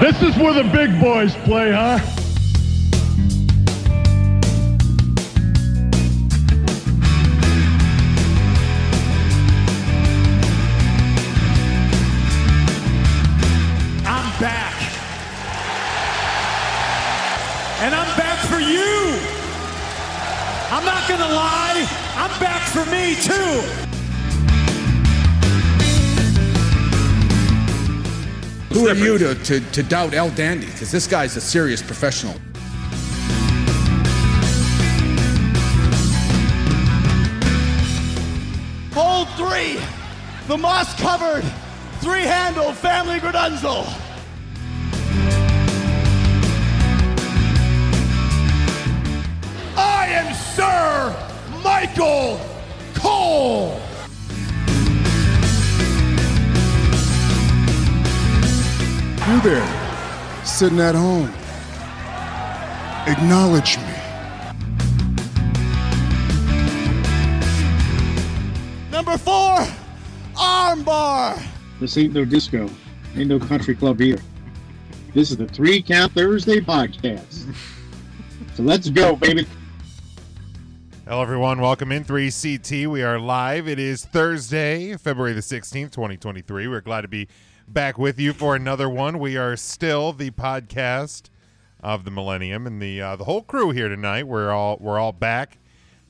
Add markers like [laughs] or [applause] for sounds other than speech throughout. This is where the big boys play, huh? I'm back. And I'm back for you. I'm not going to lie. I'm back for me, too. Who are you to, to, to doubt El Dandy? Because this guy's a serious professional. Hold three, the moss covered, three handle family Gradunzel. I am Sir Michael Cole. You there, sitting at home. Acknowledge me. Number four, armbar. This ain't no disco. Ain't no country club here. This is the Three Count Thursday podcast. so let's go, baby. Hello, everyone. Welcome in 3CT. We are live. It is Thursday, February the 16th, 2023. We're glad to be back with you for another one. We are still the podcast of the millennium, and the uh, the whole crew here tonight. We're all we're all back,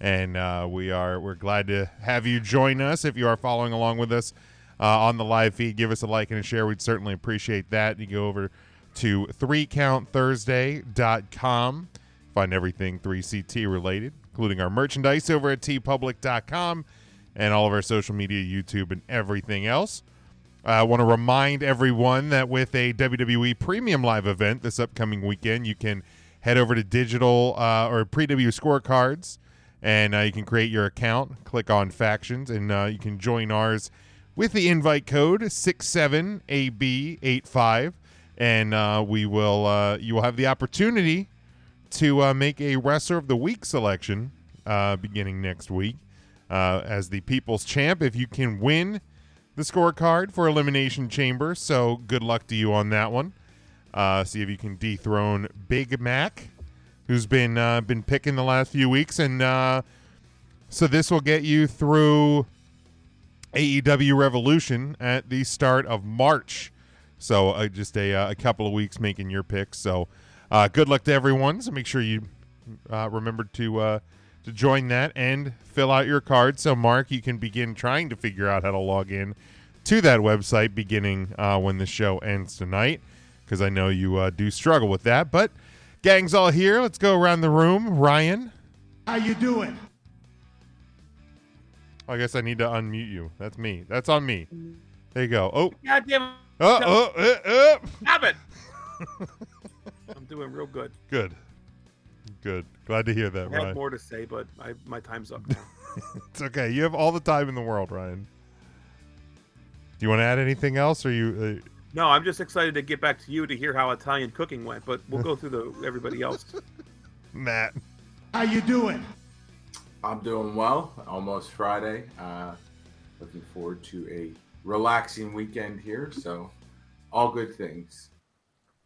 and uh, we are we're glad to have you join us. If you are following along with us uh, on the live feed, give us a like and a share. We'd certainly appreciate that. You go over to 3countthursday.com. Find everything 3CT related, including our merchandise over at tpublic.com and all of our social media, YouTube, and everything else. I want to remind everyone that with a WWE Premium Live event this upcoming weekend, you can head over to digital uh, or pre W scorecards and uh, you can create your account, click on factions, and uh, you can join ours with the invite code 67AB85. And uh, we will, uh, you will have the opportunity to uh, make a wrestler of the week selection uh, beginning next week uh, as the people's champ if you can win the scorecard for elimination chamber so good luck to you on that one uh, see if you can dethrone big mac who's been uh, been picking the last few weeks and uh, so this will get you through AEW E Revolution at the start of March. So uh, just a, uh, a couple of weeks making your picks. So uh, good luck to everyone. So make sure you uh, remember to uh, to join that and fill out your card. So Mark, you can begin trying to figure out how to log in to that website beginning uh, when the show ends tonight, because I know you uh, do struggle with that. But gang's all here. Let's go around the room. Ryan, How you doing? I guess I need to unmute you. That's me. That's on me. There you go. Oh, God damn it. oh, oh, oh, oh. Stop it. I'm doing real good. Good. Good. Glad to hear that, I have Ryan. more to say, but I, my time's up now. It's okay. You have all the time in the world, Ryan. Do you want to add anything else, or you? Uh, no, I'm just excited to get back to you to hear how Italian cooking went, but we'll go through the everybody else. Matt, How you doing? I'm doing well. Almost Friday. Uh, looking forward to a relaxing weekend here. So, all good things.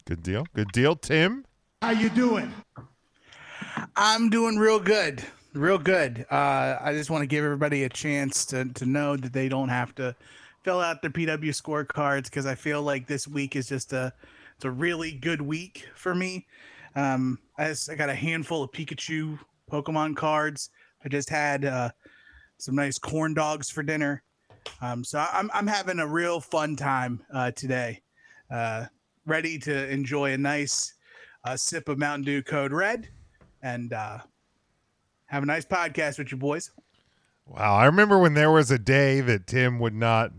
good deal. Good deal. Tim, How you doing? I'm doing real good, real good. Uh, I just want to give everybody a chance to to know that they don't have to fill out their PW scorecards because I feel like this week is just a it's a really good week for me. Um, I just, I got a handful of Pikachu Pokemon cards. I just had uh, some nice corn dogs for dinner. Um, so I'm I'm having a real fun time uh, today. Uh, ready to enjoy a nice uh, sip of Mountain Dew Code Red and uh, have a nice podcast with you boys. Wow, I remember when there was a day that Tim would not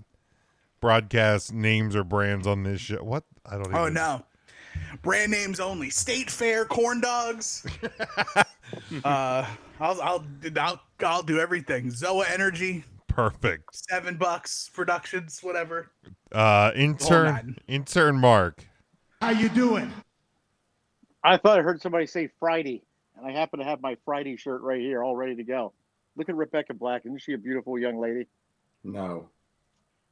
broadcast names or brands on this show. What? I don't. Even Oh no, brand names only. State Fair corn [laughs] dogs. uh, I'll, I'll I'll I'll do everything. Zoa Energy, Perfect. Seven Bucks Productions, whatever. Uh, nine. intern, intern Mark. How you doing? I thought I heard somebody say Friday, and I happen to have my Friday shirt right here, all ready to go. Look at Rebecca Black. Isn't she a beautiful young lady? No,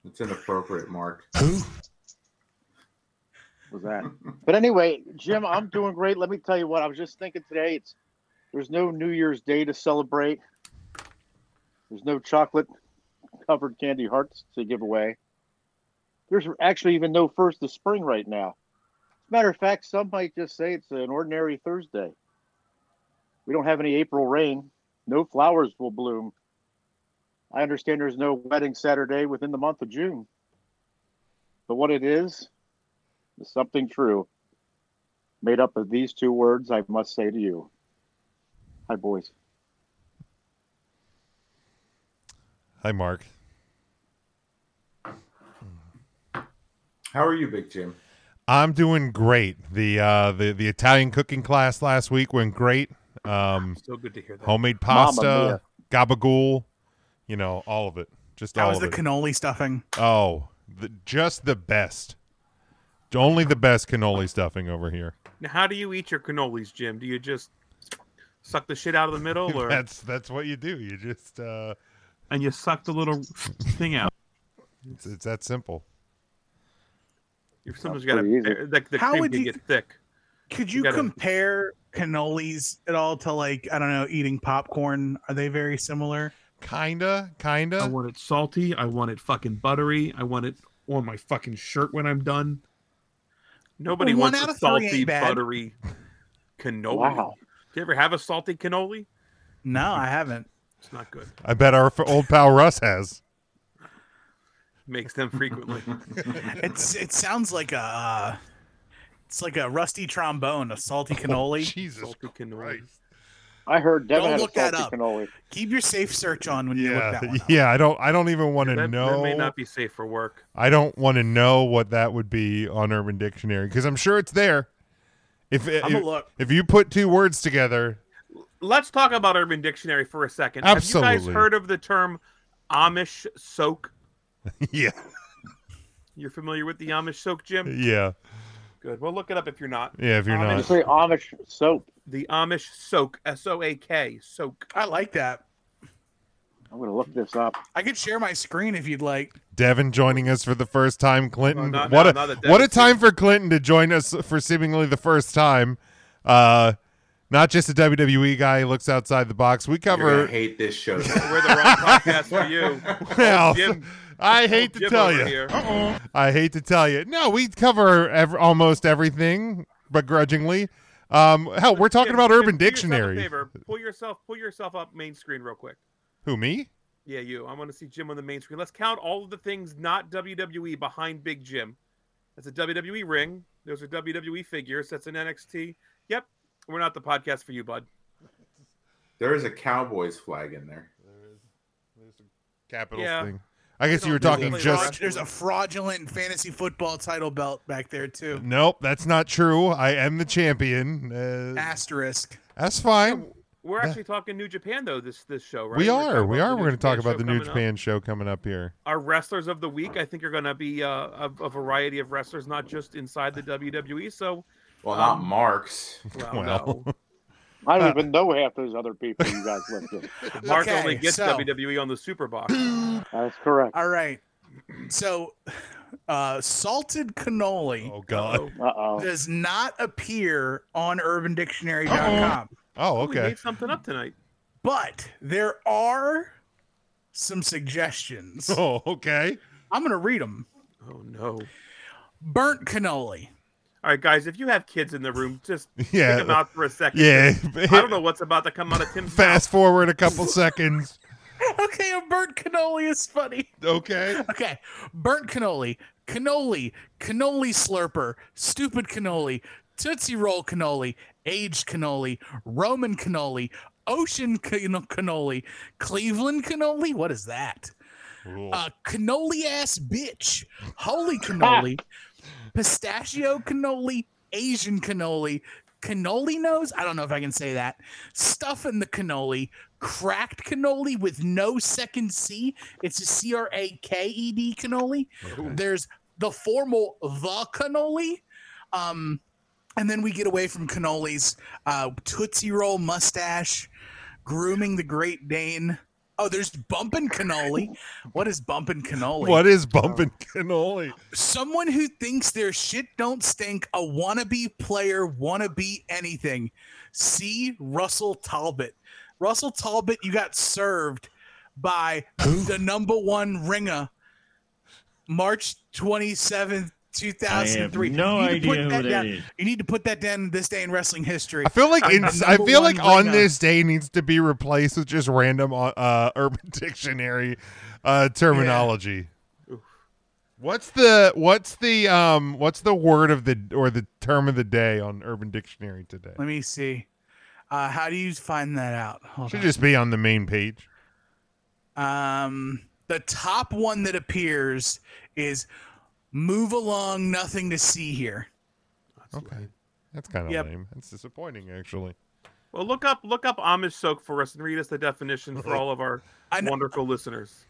it's inappropriate, Mark. was that. [laughs] but anyway, Jim, I'm doing great. Let me tell you what I was just thinking today. It's there's no New Year's Day to celebrate. There's no chocolate covered candy hearts to give away. There's actually even no first of spring right now. As a matter of fact, some might just say it's an ordinary Thursday. We don't have any April rain. No flowers will bloom. I understand there's no wedding Saturday within the month of June. But what it is, is something true made up of these two words I must say to you. Hi, boys. Hi, Mark. How are you, Big Jim? I'm doing great. The uh, the the Italian cooking class last week went great. Um, So good to hear that. homemade Mamma pasta, gabagool, you know, all of it. Just That all was of the it. cannoli stuffing. oh, the, just the best. Only the best cannoli stuffing over here. Now, how do you eat your cannolis, Jim? Do you just suck the shit out of the middle, or [laughs] That's that's what you do. You just uh, and you suck the little thing out? it's, it's that simple. You sometimes got pretty easy. to like the How cream would can you- get thick. Could you gotta- compare cannolis at all to like I don't know eating popcorn? Are they very similar? Kinda, kinda. I want it salty. I want it fucking buttery. I want it on my fucking shirt when I'm done. Nobody Well, one wants out a of three salty, ain't bad. buttery Oh, cannoli. Wow. Do you ever have a salty cannoli? No, I haven't. It's not good. I bet our f- old pal Russ has. Makes them [laughs] frequently. It's it sounds like a uh, it's like a rusty trombone, a Oh, salty cannoli. Jesus salty cannoli. Christ. I heard Devin Don't had a look that salty up. cannoli. Keep your safe search on when you look Yeah, that one up. yeah. I don't. I don't even want That, to that know. may not be safe for work. I don't want to know what that would be on Urban Dictionary because I'm sure it's there. If if, I'ma look. if you put two words together, [laughs] Let's talk about Urban Dictionary for a second. Have you Absolutely. guys heard of the term Amish soak? yeah, You're familiar with the Amish soak, Jim? yeah, Good. Well, look it up if you're not. yeah. If you're Amish- You not, say Amish soap. The Amish soak, S O A K, soak. I like that. I'm gonna look this up. I could share my screen if you'd like. Devin joining us for the first time, Clinton. Well, not- what not- a not that what a Devin's time for Clinton to join us for seemingly the first time. Uh, not just a WWE guy who looks outside the box. We You're gonna cover. hate this show. [laughs] We're the wrong podcast for you. [laughs] Well, Jim- I hate to Jim tell over you. here. I hate to tell you. No, we cover ev- almost everything begrudgingly. Um, hell, we're talking Jim, about Jim, Urban do yourself a Dictionary. favor. Pull yourself, pull yourself up main screen real quick. Who me? Yeah, you. I want to see Jim on the main screen. Let's count all of the things not WWE behind Big Jim. That's a WWE ring. Those are WWE figures. That's an NXT. Yep. We're not the podcast for you, bud. There is a Cowboys flag in there. Capitals Yeah. thing. I guess We you were don't talking really just. watch- There's a fraudulent fantasy football title belt back there too. Nope, that's not true. I am the champion. Ah, Uh, Asterisk. that's fine. We're actually talking New Japan though. This this show, right? We We're are. talking We about are. the We're going to talk about show the New coming up. Japan show coming up here. Our wrestlers of the week, I think, are going to be uh, a, a variety of wrestlers, not just inside the WWE. So, Well, not Um, [laughs] Mark's. well, Well. [laughs] no. I Uh, don't even know half those other people you guys listed. Mark Okay, only gets so- WWE on the [laughs] Super Box. Oh, That's correct. All right. So, uh, salted cannoli Oh God. Uh oh. does not appear [gasps] on UrbanDictionary.com, [laughs] Oh, We okay. made something up tonight. but there are some suggestions. [laughs] Oh, okay. I'm going to read them. Oh no. Burnt cannoli. All right, guys, if you have kids in the room, just [laughs] [laughs] Yeah. yeah. them out for a second. Yeah. [laughs] I don't know what's about to come out of Tim's Fast forward a [laughs] couple seconds. [laughs] Okay, a burnt cannoli is funny. Okay. Okay, burnt cannoli, cannoli, cannoli slurper, stupid cannoli, tootsie roll cannoli, aged cannoli, Roman cannoli, ocean can- cannoli, Cleveland cannoli. What is that? Uh, cannoli ass bitch, holy cannoli, pistachio cannoli, Asian cannoli, cannoli nose. I don't know if I can say that. Stuff in the cannoli, cracked cannoli with no second C. It's a C R A K E D cannoli. There's the formal the cannoli. Um, and then we get away from cannolis. Uh, Tootsie Roll mustache, grooming the Great Dane. Oh, there's bumping cannoli. What is bumping [laughs] cannoli? What is bumping [laughs] cannoli? Someone who thinks their shit don't stink, a wannabe player, wannabe anything. See Russell Talbot. Russell Talbot, you got served by the number one ringer, March 27th, 2003. I have no you need to put idea who that down. is. You need to put that down in this day in wrestling history. I feel like I'm in, the I number feel one like on ringer. this day needs to be replaced with just random uh, [laughs] Urban Dictionary uh, terminology. What's the what's the um what's the word of the or the term of the day on Urban Dictionary today? Let me see. Uh, how do you find that out? Hold Should on. just be on the main page. Um, the top one that appears is "Move along, nothing to see here." Okay, that's kind of Yep. lame. That's disappointing, actually. Well, look up look up Amish soak for us and read us the definition Oh. for all of our I know- wonderful [laughs] listeners.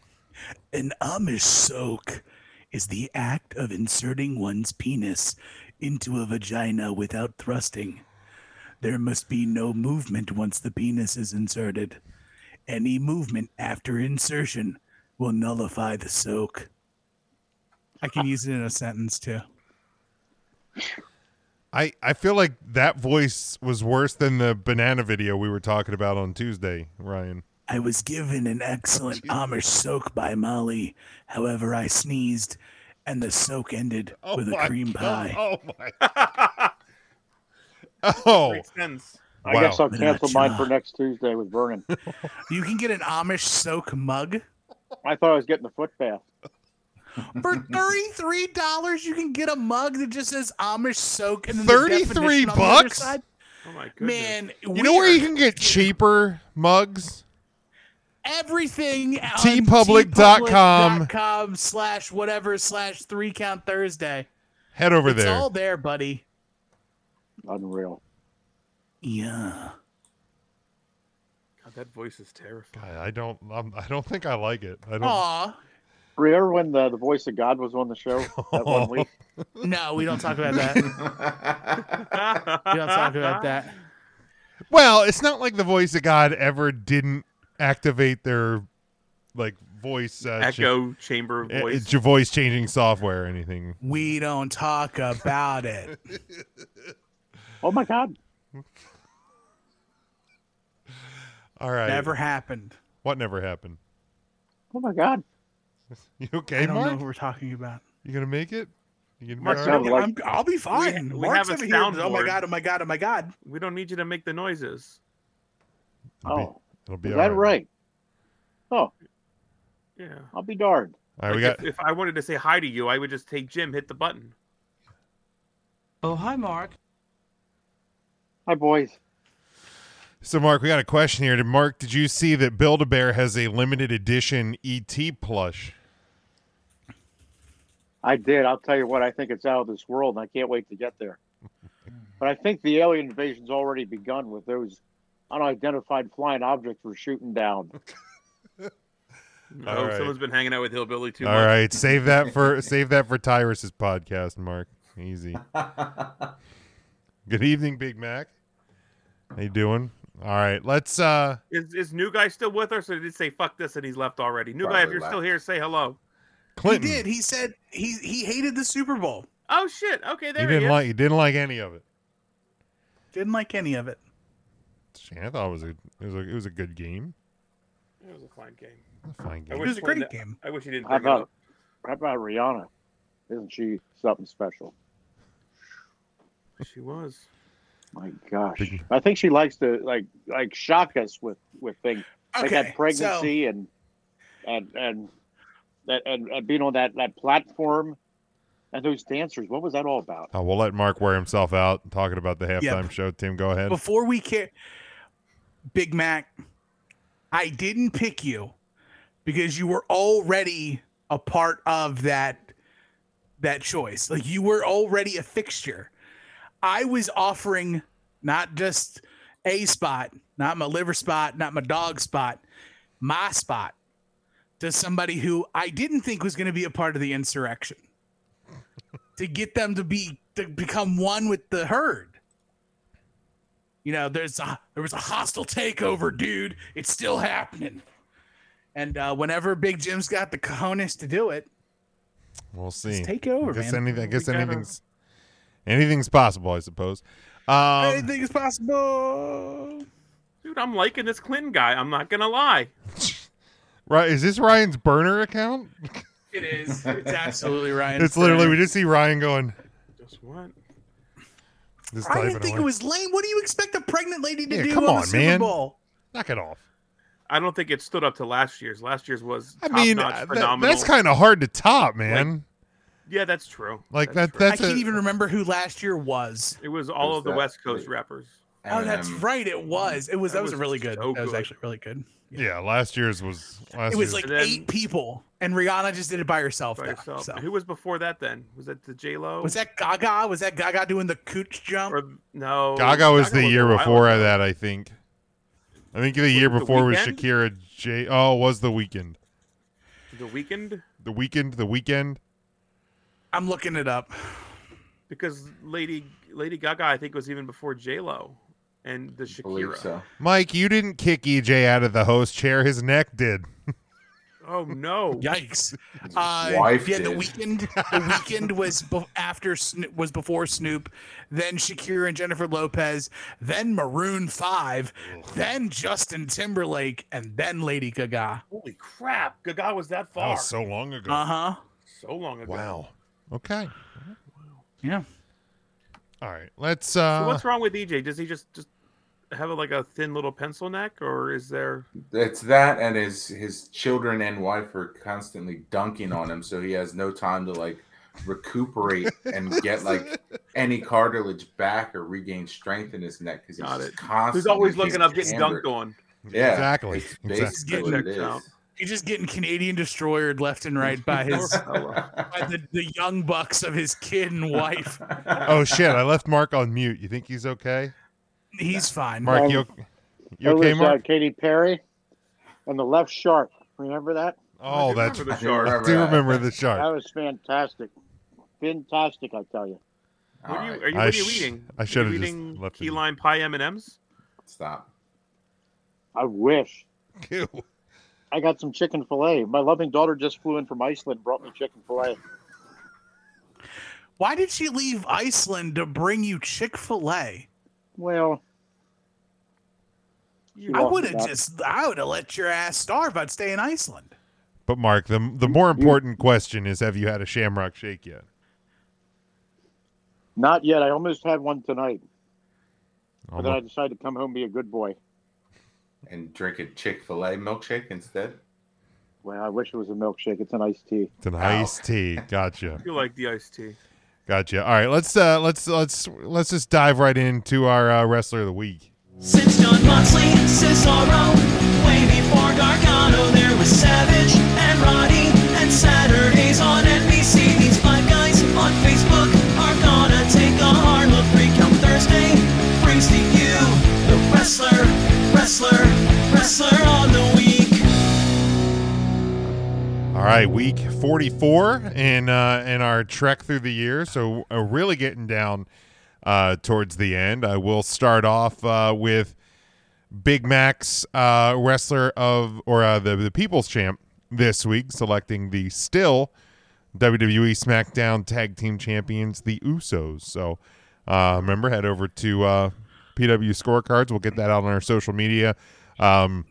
An Amish soak is the act of inserting one's penis into a vagina without thrusting. There must be no movement once the penis is inserted. Any movement after insertion will nullify the soak. I can use it in a sentence too. I I feel like that voice was worse than the banana video we were talking about on Tuesday, Ryan. I was given an excellent Amish soak by Molly. However, I sneezed and the soak ended with a cream pie. Oh my. [laughs] oh Makes sense. I guess Wow. I'll cancel mine for next Tuesday with Vernon. You can get an Amish soak mug. I thought I was getting a foot bath. For thirty-three dollars, you can get a mug that just says Amish soak and then the 33 definition on the other bucks? side. Oh my goodness. Man, You know where you can can get cheaper mugs? everything on tpublic.com. tpublic.com slash whatever slash three count Thursday. Head over It's there. all there, buddy. Unreal. Yeah. God, that voice is terrifying. [laughs] God, I don't I'm, I don't think I like it. I don't Aw. Remember when the, the voice of God was on the show that one [laughs] week? No, we don't talk about that. we don't talk about that. Well, it's not like the voice of God ever didn't activate their like voice uh, cha- [laughs] Echo chamber of uh, voice. uh, voice changing software or anything. We don't talk about it. Oh my God. All right. Never happened. What never happened? [laughs] Oh my God. You I okay, don't know Mark? what we're talking about. You gonna make it? You gonna be Mark's all right? Sounds like- I'm, I'll be fine. we Mark's have a over here. Oh my soundboard. god! Oh my god! Oh my god! we don't need you to make the noises. It'll be- Oh, it'll be is all that right? Oh, Yeah. I'll be darned. All right, we Like, got if, if I wanted to say hi to you, I would just take Jim, hit the button. Oh, hi, Mark. Hi, boys. So, Mark, we got a question here. Did Mark, did you see that Build a Bear has a limited edition ET plush? I did. I'll tell you what, I think it's out of this world, and I can't wait to get [laughs] there. But I think the alien invasion's already begun with those unidentified flying objects we're shooting down. I All hope right. someone's been hanging out with Hillbilly too All much. right, save that for save that for Tyrus's podcast, Mark. Easy. Good evening, Big Mac. How you doing? All right, let's. uh Is, is New Guy still with us, or did he say fuck this and he's left already? New Guy, if Probably you're left. still here, say hello. Clinton. He did. He said he he hated the Super Bowl. Oh shit! Okay, there He he, didn't is. like. He didn't like any of it. Didn't like any of it. Shit, I thought it was a. It was a, it was a good game. It was a fine game. It was a fine I game. It was a When great the- game. I wish he didn't How bring it up. about, how about Rihanna? Isn't she something special? She was. My gosh. Big- I think she likes to like like shock us with with things like that pregnancy and and and that and, and being on that that platform and those dancers. What was that all about? Uh, we'll let Mark wear himself out talking about the halftime show. Tim, go So ahead. before we can, Big Mac, I didn't pick you because you were already a part of that that choice. Like you were already a fixture. I was offering not just a spot, not my liver spot, not my dog spot, my spot to somebody who I didn't think was going to be a part of the insurrection. [laughs] to get them to be to become one with the herd. You know, there's a there was a hostile takeover, dude. It's still happening. And uh, whenever Big Jim's got the cojones to do it, We'll see. take it over, I guess, man. anything, I guess We gotta- anything's anything's possible, I suppose. Um, anything is possible. Dude, I'm liking this Clinton guy. I'm not gonna lie. right? Is this Ryan's burner account? It is. It's absolutely [laughs] Ryan. It's literally we just see Ryan going. Just what? Just I typing didn't think away. it was lame. What do you expect a pregnant lady to Yeah, do come on, on, the Super man. Bowl? Knock it off. I don't think it stood up to last year's. Last year's was I mean, top-notch, uh, that- phenomenal. that's kind of hard to top, man. yeah, that's true. Like, that's that. true. I That's can't a- even remember who last year was. It was all Who's of the that? West Coast Wait. rappers. Oh, that's Eminem. right. It was. It was. That, That was, was really good. so that was good. actually really good. Yeah, last year's was. Last it year's- was like And then- eight people, and Rihanna just did it by herself. By though, yourself. so. Who was before that? Then was that the J Lo? Was that Gaga? Was that Gaga doing the cooch jump? or no? Gaga was the year a while before ago. that, I think. I think the year it The before was Weeknd? Shakira J. Oh, it was the weekend. The weekend, The weekend. The weekend. I'm looking it up. because Lady Lady Gaga, I think, was even before J Lo and the Shakira. Believe so. Mike, you didn't kick EJ out of the host chair. His neck did. [laughs] Oh no! Yikes! Uh, wife yeah, the did. weekend. The weekend was be- after Sno- was before Snoop, then Shakira and Jennifer Lopez, then Maroon Five, then Justin Timberlake, and then Lady Gaga. Holy crap! Gaga was that That far. was so long ago. Uh huh. So long ago. Wow. Okay. Yeah. All right. Let's. So uh what's wrong with EJ? Does he just just have a, like a thin little pencil neck, or is there? It's that, and his his children and wife are constantly dunking on him, so he has no time to like recuperate [laughs] and get like any cartilage back or regain strength in his neck because he's Got just it. constantly. He's always looking up, getting dunked on. Yeah, Exactly. It's Exactly. basically what it Checked [laughs] out. is. He's just getting Canadian destroyed left and right [laughs] by his by the, the young bucks of his kid [laughs] and wife. Oh shit! I left Mark on mute. You think he's okay? He's fine. Mark, you, you It okay, was, Uh, Mark? Katy Perry and the left shark. Remember that? Oh, that's. Remember the I shark. I do remember the That shark. was fantastic. Fantastic, I tell you. What are you? Alright, Are you, I what are you sh- eating? I Are you should've just eating left key it. lime pie M and M's. Stop. I wish. Ew. I got some chicken filet. My loving daughter just flew in from Iceland and brought me chicken filet. Why did she leave Iceland to bring you Chick Fil A? Well, she I lost would it have out. just, I would have let your ass starve. I'd stay in Iceland. [laughs] But Mark, the the more important question is, have you had a Shamrock Shake yet? Not yet. I almost had one tonight, but Almo- then I decided to come home and be a good boy. And drink a Chick Fil A milkshake [laughs] instead. Well, I wish it was a milkshake. It's an iced tea. It's an iced tea. Gotcha. You like the iced tea? Gotcha. All right, let's uh let's let's let's just dive right into our uh, wrestler of the week. Since John Moxley, Cesaro, way before Gargano, there was Savage and Roddy, and Saturdays on NBC. These five guys on Facebook are gonna take a hard look. Recount Thursday brings to you the wrestler, wrestler, wrestler on the week. All right, week 44 in uh in our trek through the year, so uh, really getting down uh towards the end. I will start off uh with Big Mac's uh wrestler of or uh, the the People's Champ this week selecting the still WWE SmackDown Tag Team Champions, the Usos. So uh, remember, head over to uh, PW Scorecards. We'll get that out on our social media um,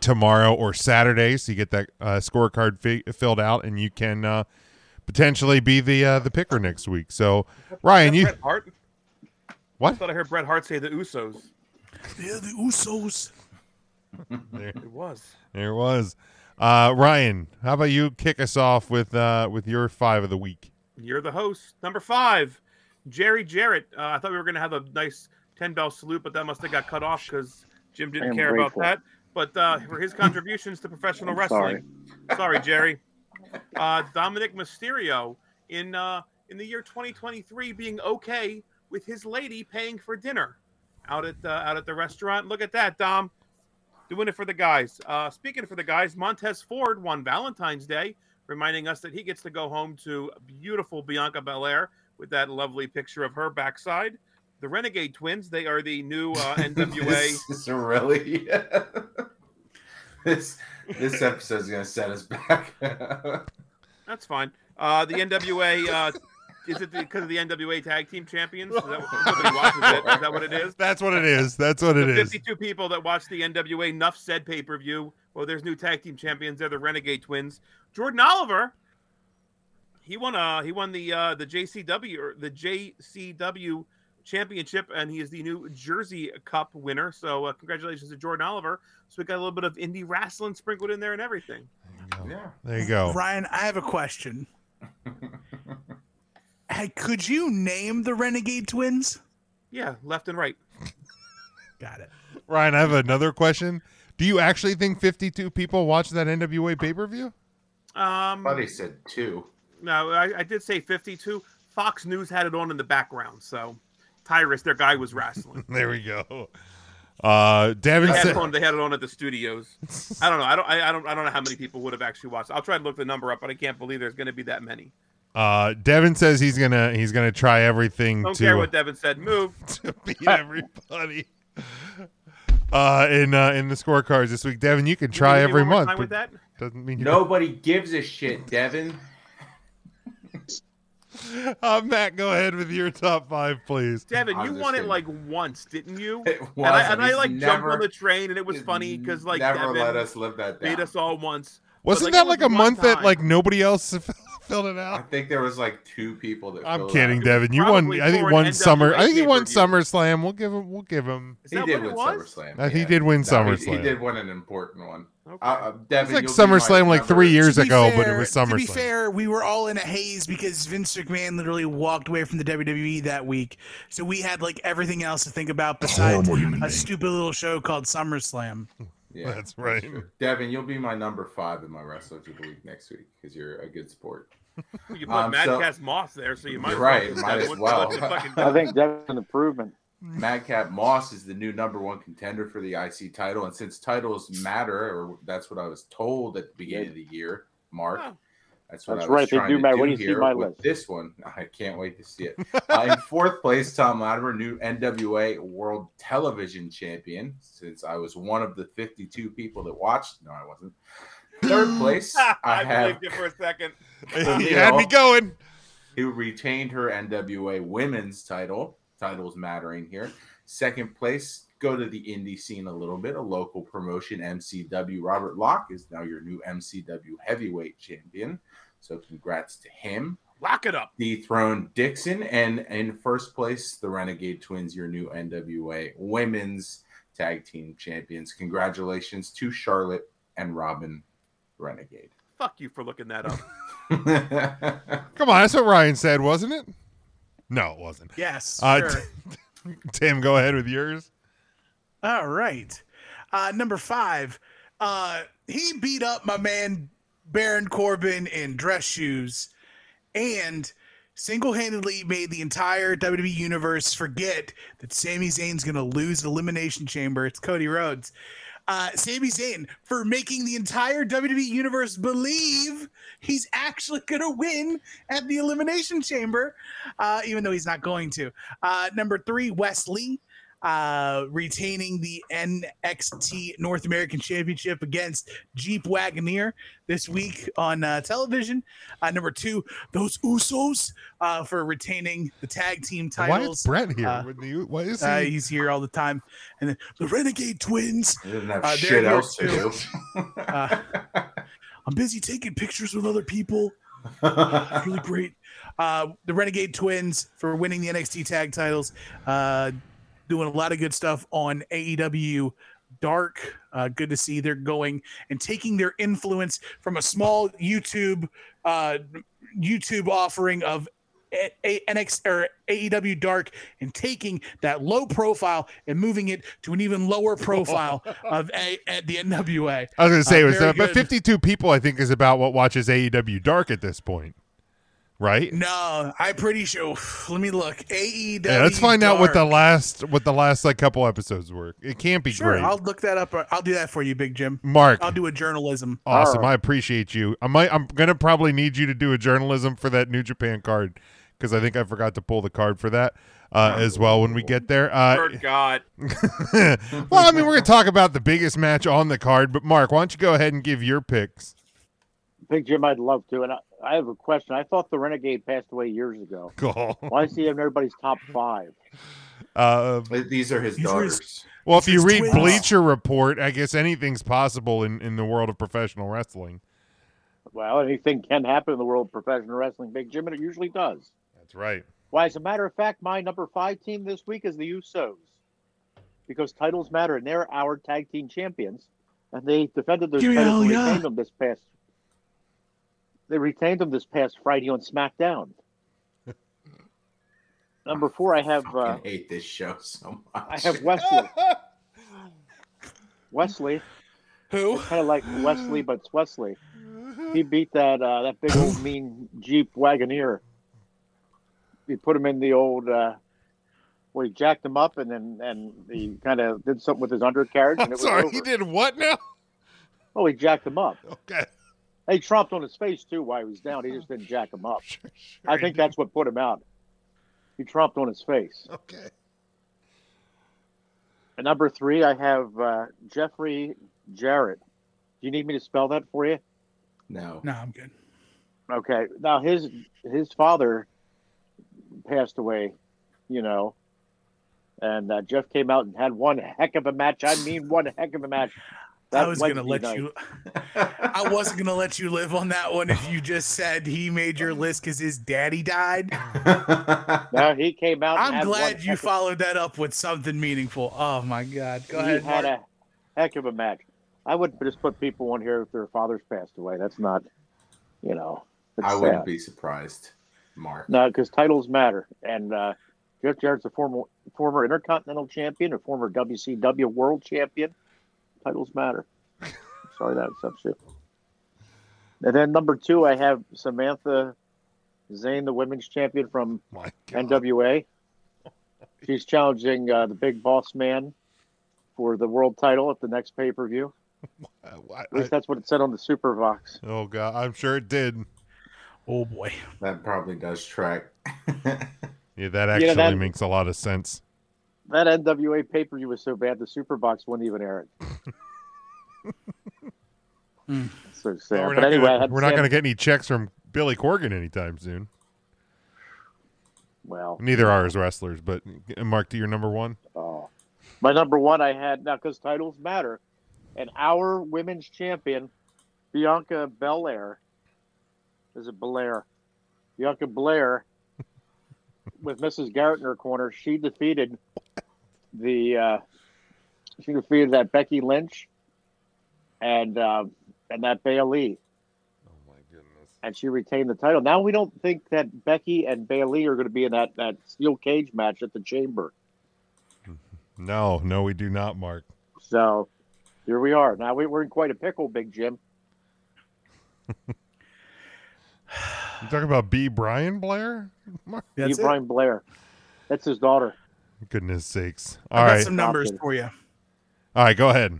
tomorrow or Saturday, so you get that uh, scorecard fi- filled out, and you can uh, potentially be the uh, the picker next week. So Ryan, you Bret Hart. I what? thought I heard Bret Hart say the Usos. Yeah, the Usos. It was. [laughs] There it was. Uh, Ryan, how about you kick us off with uh, with your five of the week? You're the host. Number five, Jerry Jarrett. Uh, I thought we were going to have a nice 10 bell salute, but that must have got cut off because Jim I didn't am care grateful. about that. But uh, for his contributions to professional I'm wrestling. Sorry, Jerry. Uh, Dominic Mysterio in uh, in the year 2023 being okay with his lady paying for dinner out at the, out at the restaurant. Look at that, Dom. Doing it for the guys. Uh, speaking for the guys, Montez Ford won Valentine's Day reminding us that he gets to go home to beautiful Bianca Belair with that lovely picture of her backside. The Renegade Twins, they [laughs] are the new uh, NWA. This is really. this This episode's gonna set us back. [laughs] That's fine. Uh, the NWA uh, is it because of the NWA Tag Team Champions? Is that, what- nobody watches it. Is that what it is? That's what it is. That's what it the is. 52 people that watched the NWA Nuff Said pay per view. Well, there's new tag team champions. They're the Renegade Twins. Jordan Oliver. He won. Uh, he won the uh, the JCW or the JCW championship, and he is the new Jersey Cup winner. So uh, congratulations to Jordan Oliver. So we got a little bit of indie wrestling sprinkled in there and everything. Yeah. There you [laughs] go. Ryan, I have a question. [laughs] Hey, Could you name the Renegade Twins? Yeah, left and right. Got it. Ryan, I have another question. Do you actually think 52 people watched that NWA pay per view? Um, Thought he said two. No, I, I did say 52. Fox News had it on in the background, so Tyrus, their guy, was wrestling. There we go. Uh, Devin They had, said, it on, they had it on at the studios. I don't know. I don't. I, I don't. I don't know how many people would have actually watched. I'll try and look the number up, but I can't believe there's going to be that many. uh, Devin says he's gonna he's gonna try everything Don't to care what Devin said. Move. [laughs] to beat everybody. uh, in uh, in the scorecards this week. Devin, you can try wanna do every one more month. time with but that? Doesn't mean you [laughs] Nobody gives a shit, Devin. [laughs] Uh, Matt, go ahead with your top five, please. Devin, I'm you just won it kidding. like once, didn't you? [laughs] It and I, and wasn't. I He's like jumped on never- the train, and it was funny because like never Devin let us live that down. beat us all once. But, Wasn't it that was like a one month that time. like nobody else [laughs] filled it I out? think there was like two people that. I'm filled kidding, out. Devin. You won. probably I think for an one summer. I think he NWA won pay-per-view. SummerSlam. We'll give him. We'll give him. Is He that did what win it was? SummerSlam. Uh, he did win No, he- He SummerSlam. did win an important one. Okay. Uh, uh, Devin, It's like you'll be my SummerSlam like number- three years To be ago, but it fair- was To [laughs] be SummerSlam. fair, we were all in a haze because Vince McMahon literally walked away from the WWE that week, so we had like everything else to think about besides a stupid little show called SummerSlam. Yeah, That's right. sure. Devin, you'll be my number five in my wrestlers of the week next week because you're a good sport. You put Um, Mad so- Cats Moss there, so you might. as You're well right, put might Devin. as What's- well. what's the fucking- I [laughs] think that's an improvement. Madcap Moss is the new number one contender for the IC title, and since titles matter, or that's what I was told at the beginning of the year, Mark. Oh. That's what That's I was right, they trying do to matter. do When you see here my with list. this one. [laughs] I can't wait to see it. uh, in fourth place, Tom Latimer, new NWA World Television Champion. Since I was one of the 52 people that watched, no, I wasn't. Third place, I, [laughs] I have believed you for a second. [laughs] you had me going. who retained her NWA Women's title. Titles mattering here. Second place, go to the indie scene a little bit. A local promotion, MCW. Robert Locke is now your new MCW Heavyweight Champion. So congrats to him. Lock it up. Dethroned Dixon, and in first place, the Renegade Twins, your new NWA Women's Tag Team Champions. Congratulations to Charlotte and Robin Renegade. [laughs] Fuck you for looking that up. Come on, that's what Ryan said, wasn't it? No, it wasn't. [laughs] Yes, Uh, sure. Tim, go ahead with yours. All right. Uh, number five, uh, he beat up my man Baron Corbin in dress shoes and single handedly made the entire WWE universe forget that Sami Zayn's going to lose the Elimination Chamber. It's Cody Rhodes. Uh, Sami Zayn for making the entire WWE universe believe he's actually going to win at the Elimination Chamber, uh, even though he's not going to. Uh, number three, Wesley uh, retaining the NXT North American Championship against Jeep Wagoneer this week on uh, television. Uh, number two, those Usos uh, for retaining the tag team Why is titles. Brett here? Uh, Wouldn't you- Why is he? Uh, he's here all the time, and then the Renegade Twins. He doesn't have Uh, they're shit here else to too. do. Uh, I'm busy taking pictures with other people. really great. Uh, the Renegade Twins for winning the NXT tag titles, uh, doing a lot of good stuff on AEW Dark. Uh, good to see they're going and taking their influence from a small YouTube uh, YouTube offering of A- A- NX or AEW Dark and taking that low profile and moving it to an even lower profile of A- at the NWA. I was going to say, it Uh, was, very uh, but good. 52 people, I think, is about what watches AEW Dark at this point, right? No, I'm pretty sure. Let me look. AEW. Yeah, let's find out what the Dark. last what the last like couple episodes were. It can't be Sure, great. I'll look that up. I'll do that for you, Big Jim. Mark, I'll do a journalism. awesome. All right. I appreciate you. I might. I'm gonna probably need you to do a journalism for that New Japan card because I think I forgot to pull the card for that uh, as well when we get there. Uh, Forgot. [laughs] well, I mean, we're going to talk about the biggest match on the card, but Mark, why don't you go ahead and give your picks? Big Jim, I'd love to. And I, I have a question. I thought the Renegade passed away years ago. Cool. Why is he in everybody's top five? Uh, These are his These are his- daughters. well, if you read twins. Bleacher Report, I guess anything's possible in, in the world of professional wrestling. Well, anything can happen in the world of professional wrestling, Big Jim, and it usually does. That's [laughs] right. Why, as a matter of fact, my number five team this week is the Usos because titles matter, and they're our tag team champions, and they defended those Give me a titles and hell yeah. retained them this past. They retained them this past Friday on SmackDown. Number four, I have I uh, hate this show so much. I have Wesley. Wesley, who kind of like Wesley, but it's Wesley. He beat that uh, that big old mean Jeep Wagoneer. He put him in the old. Uh, well, he jacked him up, and then and he kind of did something with his undercarriage, and it was Sorry, over. he did what now? [laughs] Oh, he jacked him up. Okay. He tromped on his face too while he was down. He just didn't jack him up. I he think that's what put him out. He tromped on his face. Okay. And number three, I have uh, Jeffrey Jarrett. Do you need me to spell that for you? [laughs] [laughs] No. No, I'm good. Okay. Now his his father passed away, you know, and uh, Jeff came out and had one heck of a match. I [laughs] mean, one heck of a match. I was gonna let you. [laughs] I wasn't gonna let you live on that one if you just said he made your list because his daddy died. No, he came out. and I'm had glad one you heck of- followed that up with something meaningful. Oh my god, go he ahead. had Mark. a heck of a match. I wouldn't just put people on here if their fathers passed away. That's not, you know, it's I sad. wouldn't be surprised, Mark. No, because titles matter. And uh, Jeff Jarrett's a former former Intercontinental Champion, a former WCW World Champion. Titles matter. Sorry, that was some shit. And then number two, I have Samantha Zayn, the women's champion from My God. NWA. She's challenging uh, the Big Boss Man for the world title at the next pay per view. I- At least Uh, I- that's what it said on the Supervox. oh, God. I'm sure it did. Oh boy. That probably does track. Yeah, that You actually know, that- makes a lot of sense. That NWA pay per view was so bad the Superbox wouldn't even air it. So sad. We're but not anyway, gonna- I had we're not Sam- going to get any checks from Billy Corgan anytime soon. Well, Neither are his wrestlers, but Mark, do your number one? oh. my number one I had now because titles matter, and our women's champion Bianca Belair is it Belair? Bianca [laughs] Blair with Mrs. Garrett in her corner, she defeated the uh, she defeated that Becky Lynch and um, and that Bailey. Oh my goodness! and she retained the title. Now we don't think that Becky and Bailey are going to be in that, that steel cage match at the Chamber. No, no, we do not, Mark. So here we are. Now we, we're in quite a pickle, Big Jim. You talking about B. Brian Blair? Mark? That's Steve it. Brian Blair, that's his daughter. Goodness sakes! I All got right, some numbers Stop it. for you. all right, go ahead.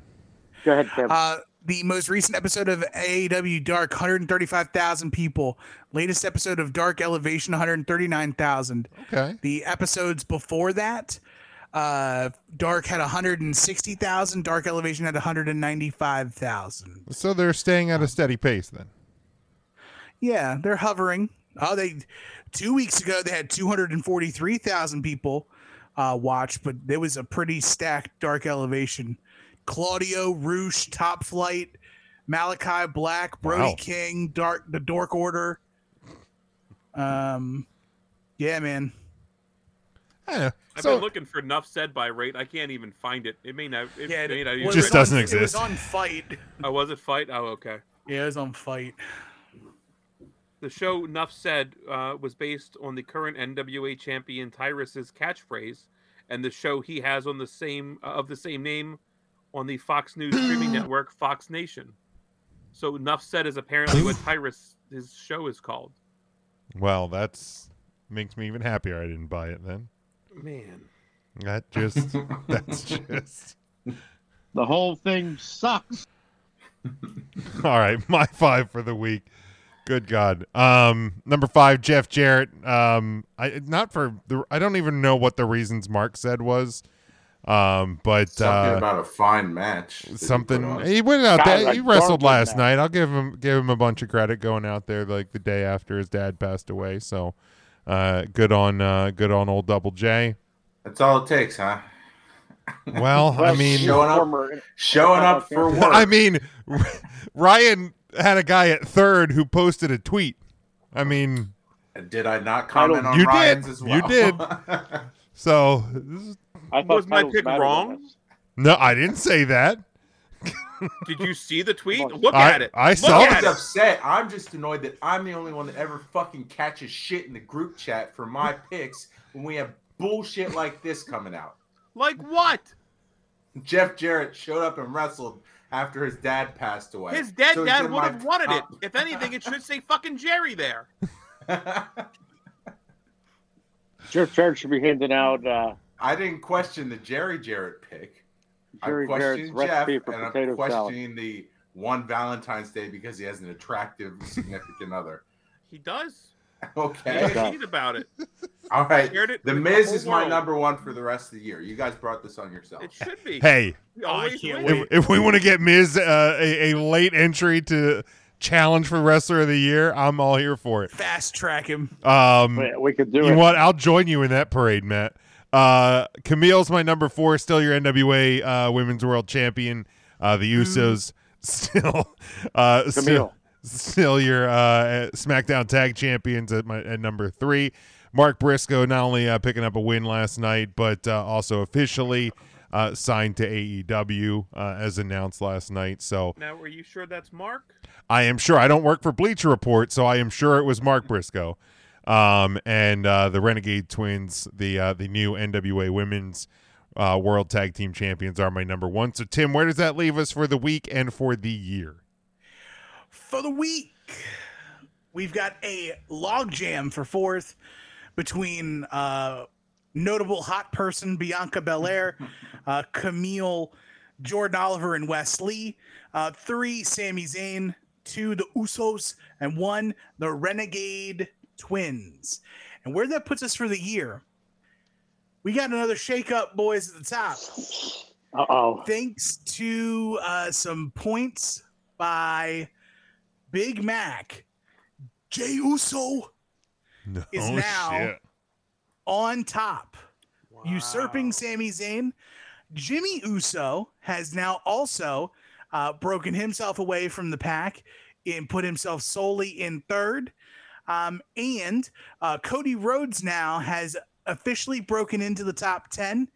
Go ahead, Tim. Uh, the most recent episode of AEW Dark, 135,000 people. Latest episode of Dark Elevation, 139,000. Okay, The episodes before that, uh, Dark had 160,000. Dark Elevation had 195,000. so they're staying at a steady pace then. Yeah, they're hovering. Oh, they two weeks ago they had 243,000 people uh, watch, but there was a pretty stacked Dark Elevation. Claudio Roosh, Top Flight, Malachi Black, Brody Wow. King, Dark the Dork Order. Um, yeah, man. Yeah, I've so been looking for enough said by rate. I can't even find it. It may not. It Yeah, may not well, even. was Just on- doesn't It was exist. on Fight. I was it fight. Oh, okay. Yeah, it was on Fight. The show Nuff Said uh, was based on the current NWA champion Tyrus's catchphrase, and the show he has on the same uh, of the same name on the [gasps] Fox News streaming network Fox Nation. So Nuff Said is apparently what Tyrus his show is called. well, that's makes me even happier. I didn't buy it then. Man, That just [laughs] [laughs] [laughs] that's just the whole thing sucks. all right. My five for the week Good God. Um, number five, Jeff Jarrett. Um, I not for the. I don't even know what the reasons Mark said was. Um, but Something uh, about a fine match. that he put something. on. He went out God, there. a He wrestled gauntlet last match. night. I'll give him give him a bunch of credit going out there like the day after his dad passed away. So, uh, good on uh, good on old Double J. That's all it takes, huh? Well, I mean, showing up, showing up for [laughs] work. I mean, Ryan had a guy at third who posted a tweet. I mean, did I not comment on you Ryan's did. as well? You [laughs] did. So this is- I Was my pick wrong? no, I didn't say that. Did you see the tweet? Look I- at it. I Look saw at it. it. upset. I'm just annoyed that I'm the only one that ever fucking catches shit in the group chat [laughs] for my picks when we have bullshit like this coming out. Like what? Jeff Jarrett showed up and wrestled after his dad passed away. His dead So he's dad in would my have wanted it. top- If anything, it should say fucking Jerry there. Jeff Jarrett should be handing out. Uh, [laughs] I didn't question the Jerry Jarrett pick. Jerry I questioned Jarrett's Jeff, recipe for and I'm potato salad. questioning the one Valentine's Day because he has an attractive significant other. [laughs] He does. He Okay. doesn't cheat about it. All right. Shared it The with the Miz whole is my world. number one for the rest of the year. You guys brought this on yourself. It should be. Hey, always win. If, if we want to get Miz uh, a, a late entry to challenge for wrestler of the year, I'm all here for it. Fast track him. Um, We- we could do you it. What? I'll join you in that parade, Matt. Uh, Camille's my number four, still your NWA uh, Women's World Champion. Uh, the Hmm. Usos [laughs] still, uh, still, Camille. still your uh, SmackDown Tag Champions at my at number three. Mark Briscoe not only uh, picking up a win last night, but uh, also officially uh, signed to AEW uh, as announced last night. So Now, are you sure that's Mark? I am sure I don't work for Bleacher Report, so I am sure it was Mark Briscoe, um, and uh, the Renegade Twins, the uh, the new NWA Women's uh, World Tag Team Champions, are my number one. So Tim, where does that leave us for the week and for the year? for the week. We've got a logjam for fourth between uh, notable hot person Bianca Belair, uh, Camille, Jordan Oliver, and Wesley. Uh, three, Sami Zayn. Two, the Usos, and one, the Renegade Twins. And where that puts us for the year, we got another shakeup, boys, at the top. Uh oh. Thanks to uh, some points by Big Mac, Jay Uso is now on top, usurping Sami Zayn. Jimmy Uso has now also uh, broken himself away from the pack and put himself solely in third. Um, and uh, Cody Rhodes now has officially broken into the top 10.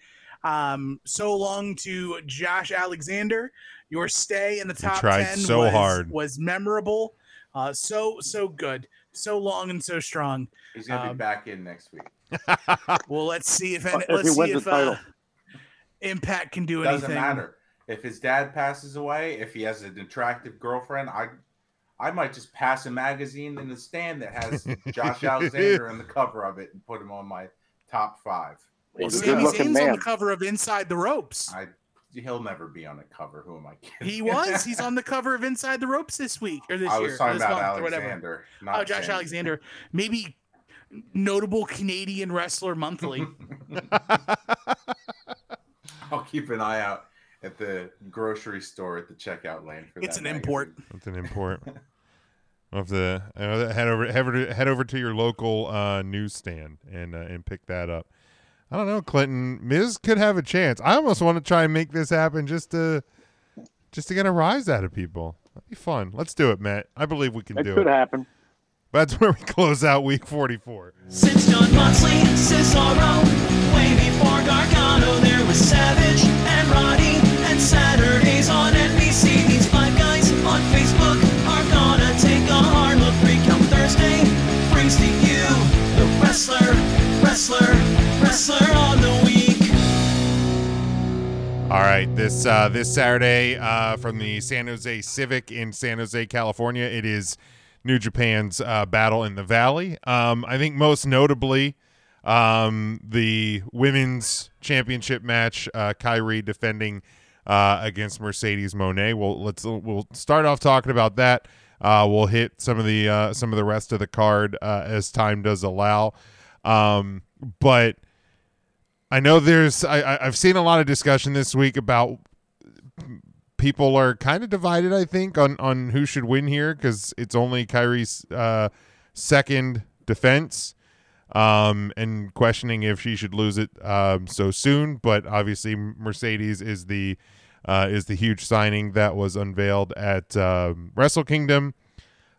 Um, so long to Josh Alexander. Your stay in the top tried 10 so was, hard. was memorable. Uh, so, so good. So long and so strong. He's gonna Um, be back in next week. well, let's see if, Uh, any, if he let's see wins the if uh, title. Impact can do Doesn't anything. matter if his dad passes away. If he has an attractive girlfriend, I, I might just pass a magazine in the stand that [laughs] has Josh Alexander on the cover of it and put him on my top five. Well, Sami Zayn's on the cover of Inside the Ropes. I, he'll never be on a cover. Who am I kidding? He [laughs] was. He's on the cover of Inside the Ropes this week or this I was year. talking this about month, or whatever. Alexander, not Oh, Josh Zayn. Alexander. Maybe notable Canadian [laughs] wrestler monthly. I'll keep an eye out at the grocery store at the checkout lane for It's that an import. That's an import. I'll have to I'll head over head over, head over to your local uh, newsstand and uh, and pick that up. I don't know, Clinton. Miz could have a chance. I almost want to try and make this happen just to just to get a rise out of people. That'd be fun. Let's do it, Matt. I believe we can It do could it. happen. That's [laughs] where we close out week forty four. Since John Moxley, Cesaro, way before Gargano, there was Savage and Roddy, and Saturdays on NBC. These five guys on Facebook are gonna take a hard look. Recount Thursday brings to you the wrestler, wrestler, wrestler on the week. All right, this uh, this Saturday uh, from the San Jose Civic in San Jose, California, it is New Japan's uh, Battle in the Valley. Um, I think most notably, um, the women's championship match, uh, Kyrie defending uh, against Mercedes Monet. Well, let's we'll start off talking about that. Uh, we'll hit some of the uh, some of the rest of the card uh, as time does allow. Um, but I know there's I, I- I've seen a lot of discussion this week about people are kind of divided. I think on on who should win here because it's only Kyrie's uh, second defense, um, and questioning if she should lose it um, so soon. But obviously, Mercedes is the uh, is the huge signing that was unveiled at um, Wrestle Kingdom.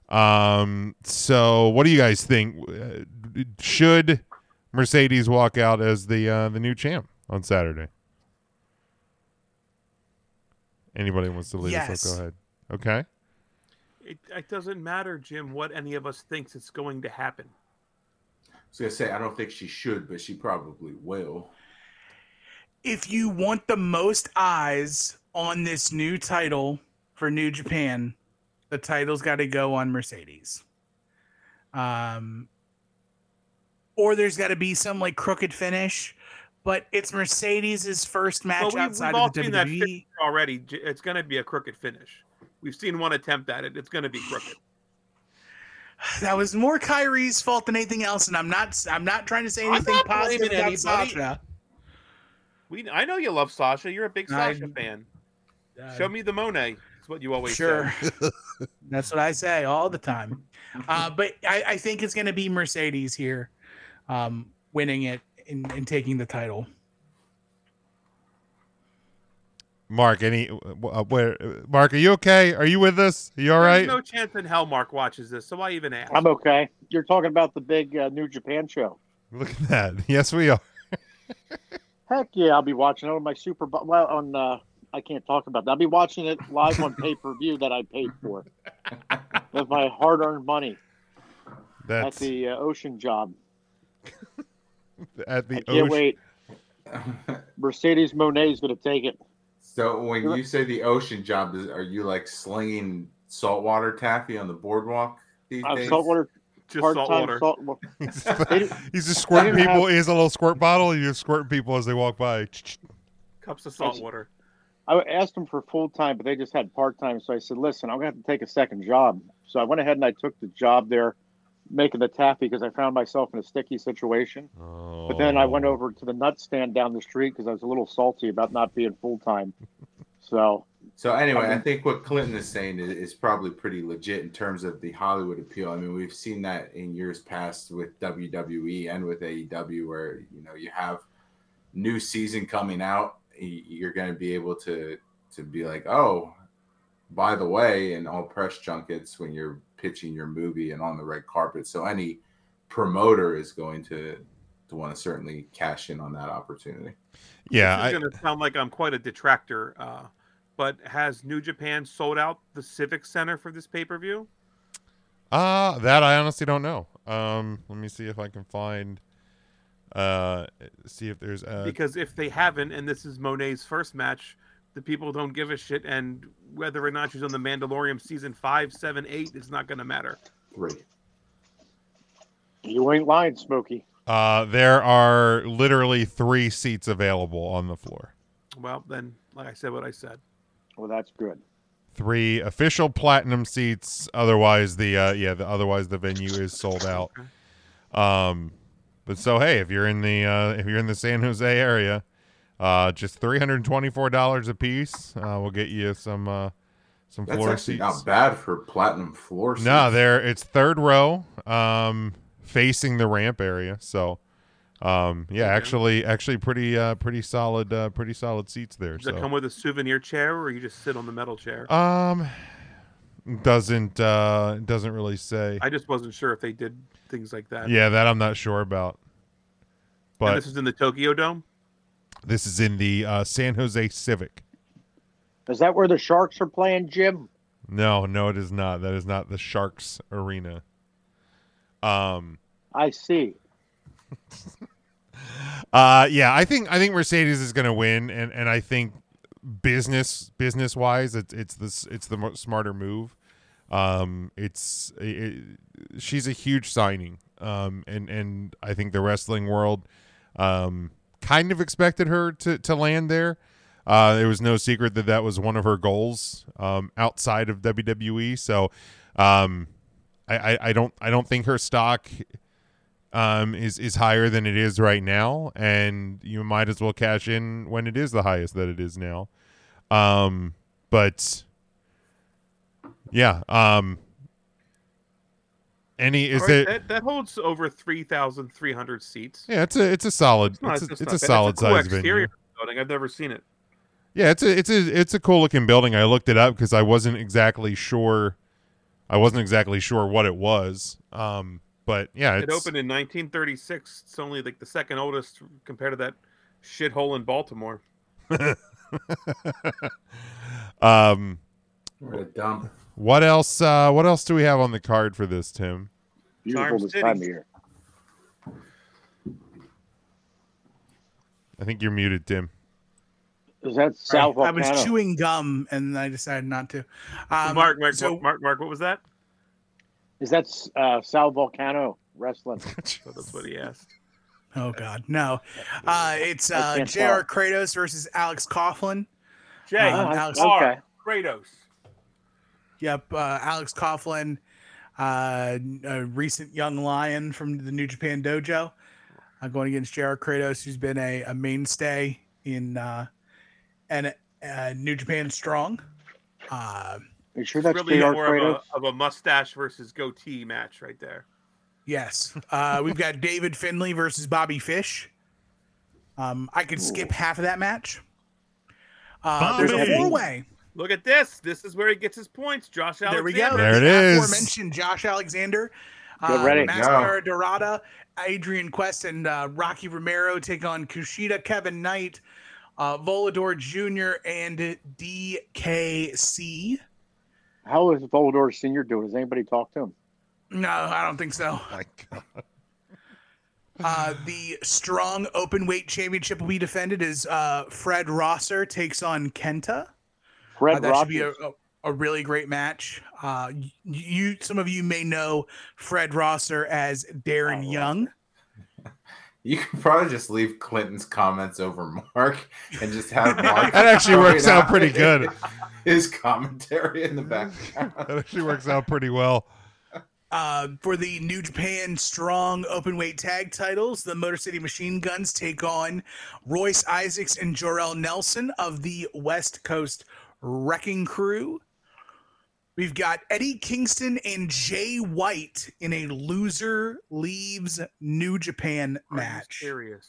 Um, so what do you guys think? Uh, Should Mercedes walk out as the uh, the new champ on Saturday? Anybody wants to lead us Yes. up? Go ahead. Okay. It, it doesn't matter, Jim, what any of us thinks it's going to happen. was gonna say I don't think she should, but she probably will. [laughs] if you want the most eyes on this new title for New Japan, the title's got to go on Mercedes. Um, or there's got to be some like crooked finish, but it's Mercedes' first match Well, we, outside we've all of the E. seen that WWE. finish already. J- It's going to be a crooked finish. We've seen one attempt at it. It's going to be crooked. That was more Kyrie's fault than anything else, and I'm not. I'm not trying to say anything not blaming positive about anybody. Sasha. [sighs] We, I know you love Sasha. You're a big I- Sasha fan. Show me the Monet. That's what you always Sure. say. [laughs] That's what I say all the time. Uh, but I, I think it's going to be Mercedes here um, winning it and, and taking the title. Mark, any uh, where? Mark, are you okay? Are you with us? Are you all There's right? no chance in hell Mark watches this, so why even ask? I'm okay. You're talking about the big uh, New Japan show. Look at that. [laughs] Yes, we are. Heck yeah, I'll be watching it on my Super Bowl. Well, on uh, I can't talk about that. I'll be watching it live on pay per view that I paid [laughs] for with my hard earned money That's at the uh, ocean job. at the I can't ocean. [laughs] wait. Mercedes Monet's going to take it. So when you say the ocean job, is are you like slinging saltwater taffy on the boardwalk these I'm days? Uh, saltwater, Just part-time saltwater. saltwater. [laughs] He's just They squirting didn't people. have- He has a little squirt bottle. He's just squirting people as they walk by. Cups of salt water. I asked them for full time, but they just had part time. So I said, "Listen, I'm gonna have to take a second job." So I went ahead and I took the job there, making the taffy because I found myself in a sticky situation. But then I went over to the nut stand down the street because I was a little salty about not being full [laughs] time. So So anyway, I mean, think what Clinton is saying is, is probably pretty legit in terms of the Hollywood appeal. I mean, we've seen that in years past with WWE and with AEW, where you know you have new season coming out, y- you're going to be able to to be like, oh, by the way, in all press junkets when you're pitching your movie and on the red carpet. So any promoter is going to to want to certainly cash in on that opportunity. Yeah, This is going to sound like I'm quite a detractor, uh, but has New Japan sold out the Civic Center for this pay per view? Uh that I honestly don't know. Um, let me see if I can find. Uh, see if there's uh because if they haven't, and this is Monet's first match, the people don't give a shit. And whether or not she's on the Mandalorian season five, seven, eight, it's not going to matter. Three. you ain't lying, Smokey. uh there are literally three seats available on the floor. Well, then, like I said, what I said. Well, that's good. Three official platinum seats. Otherwise, the uh yeah, the otherwise the venue is sold out. Um, but so hey, if you're in the uh if you're in the San Jose area, uh, just three hundred twenty four dollars a piece. Uh, we'll get you some uh some That's floor actually seats. not bad for platinum floor. No, seats. there it's third row, um, facing the ramp area. So, um, yeah, actually, actually, pretty, uh, pretty solid, uh, pretty solid seats there. Does it come So, with a souvenir chair, or you just sit on the metal chair? um, doesn't uh, doesn't really say. I just wasn't sure if they did things like that. Yeah, that I'm not sure about. and But this is in the Tokyo Dome. this is in the uh, San Jose Civic. Is that where the Sharks are playing, Jim? No, no, it is not. That is not the Sharks Arena. Um, I see. Uh, yeah, I think I think Mercedes is going to win, and and I think business business wise, it's it's this it's the mo- smarter move. Um, it's it, it- she's a huge signing, um, and and I think the wrestling world, um, kind of expected her to to land there. Uh, it was no secret that that was one of her goals um, outside of WWE. So Um, I, I, I don't I don't think her stock um, is is higher than it is right now, and you might as well cash in when it is the highest that it is now. Um, but yeah, um, any is All right, eh. it? that, that holds over three thousand three hundred seats? Yeah, it's a it's a solid not- it's a, it's not a bad. solid cool size venue. exterior building. I've never seen it. Yeah, it's a it's a it's a cool looking building. I looked it up because I wasn't exactly sure. I wasn't exactly sure what it was. Um, but yeah, it it's, opened in 1936. It's only like the second oldest compared to that shithole in Baltimore. um, What a dump. what else? Uh, what else do we have on the card for this, Tim? Beautiful Charm this City. time of year. I think you're muted, Tim. [laughs] Is that South I was Volcano? chewing gum and I decided not to. Um, Mark, Mark, so- Mark, Mark, Mark, what was that? Is that uh, Sal Volcano [laughs] wrestling? Oh, that's what he asked. Oh God, no! Uh, it's I uh, can't J.R. Kratos versus Alex Coughlin. Jay, Um, Alex- R. okay. Kratos. Yep, uh, Alex Coughlin, uh, a recent young lion from the New Japan Dojo, uh, going against J.R. Kratos, who's been a, a mainstay in uh, and uh, New Japan Strong. Uh, Are you sure that's really J.R. more of Kratos? a, of a mustache versus goatee match right there. Yes. Uh, we've got David Finley versus Bobby Fish. Um, I could skip half of that match. Uh, there's Bobby! a four way. Look at this. This is where he gets his points. Josh Alexander. There we go. There it The is. Aforementioned Josh Alexander, Get ready. Mascara Dorada, Adrian Quest, and uh, Rocky Romero take on Kushida, Kevin Knight, uh, Volador Jr., and DKC. How is Volador Senior doing? Has anybody talked to him? No, I don't think so. Oh My God. Uh, the strong open weight championship will be defended as uh, Fred Rosser takes on Kenta. Uh, Fred that should Rogers. be a, a, a really great match. Uh, y- you, some of you may know Fred Rosser as Darren Young. You could probably just leave Clinton's comments over Mark and [laughs] just have Mark. That actually works out throwing pretty good. [laughs] His commentary in the background. [laughs] That actually works out pretty well. Uh, for the New Japan Strong Open Weight Tag Titles, the Motor City Machine Guns take on Royce Isaacs and Jorel Nelson of the West Coast Wrecking Crew. We've got Eddie Kingston and Jay White in a loser leaves New Japan Are you match. serious.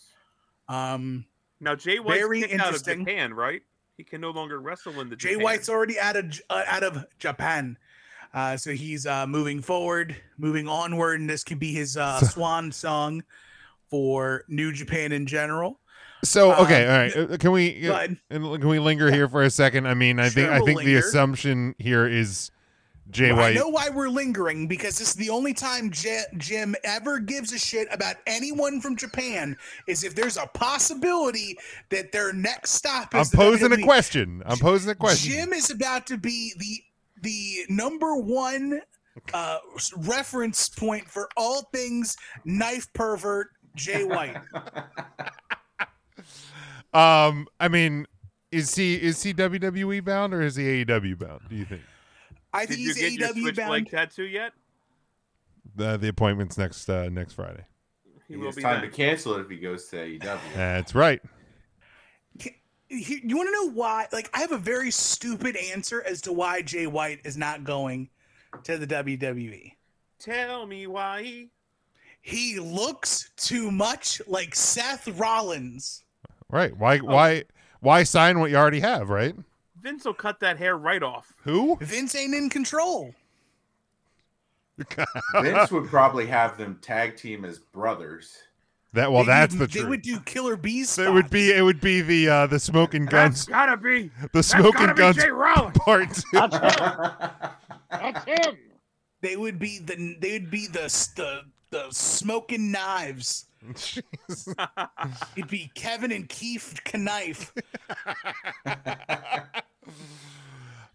Um, Now Jay White's Very kicked out of interesting. Japan, right? He can no longer wrestle in the Jay Japan. White's already out of J- uh, out of Japan, uh, so he's uh, moving forward, moving onward, and this could be his uh, swan song for New Japan in general. So Uh, okay, all right. Uh, Can we Go uh, ahead. and l- can we linger here for a second? I mean, I Sure, think I we'll think the linger. assumption here is Jay I White. know why we're lingering because this is the only time J- Jim ever gives a shit about anyone from Japan is if there's a possibility that their next stop is. I'm the E. posing a WWE. question. I'm posing a question. Jim is about to be the the number one uh, s- reference point for all things knife pervert [laughs] Jay White. Um, I mean, is he is he WWE bound or is he AEW bound? Do you think I Did think you he's get your AEW bound. switchblade tattoo yet? the the appointment's next uh, next Friday? He will it's be time back. to cancel it if he goes to E [laughs] AEW. That's right. He- you want to know why? Like, I have a very stupid answer as to why Jay White is not going to the WWE. Tell me why. he- He looks too much like Seth Rollins. Right. Why Oh. why why sign what you already have? Right. Vince will cut that hair right off. Who? Vince ain't in control. Vince would probably have them tag team [laughs] as brothers. That well, They that's would- the they truth. would do Killer Bees. it would be it would be the uh, the smoking guns gotta be. the smoking gotta be guns Jay Rollins. part two. [laughs] That's him. They would be the they would be the the, the smoking knives. Jeez. It'd be Kevin and Keith Knife.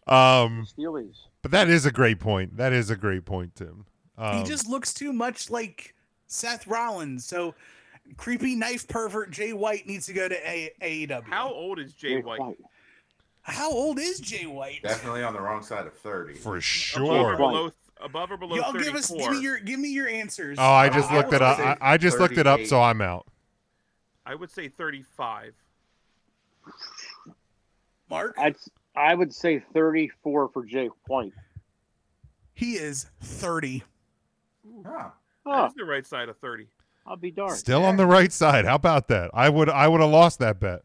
um, Steelies. but that is a great point. That is a great point, Tim. Um, he just looks too much like Seth Rollins. So creepy knife pervert Jay White needs to go to a- AEW. How old is Jay White? How old is Jay White? Definitely on the wrong side of 30. for Over sure. below, above or below Y'all give 34. us give me your give me your answers. Oh, I just looked it up. I, I just looked it up, so I'm out. I would say 35. Mark? I'd, I would say 34 for Jay White. He is 30. Huh. Huh. That's the right side of 30. I'll be darned. Still on the right side. How about that? I would I would have lost that bet.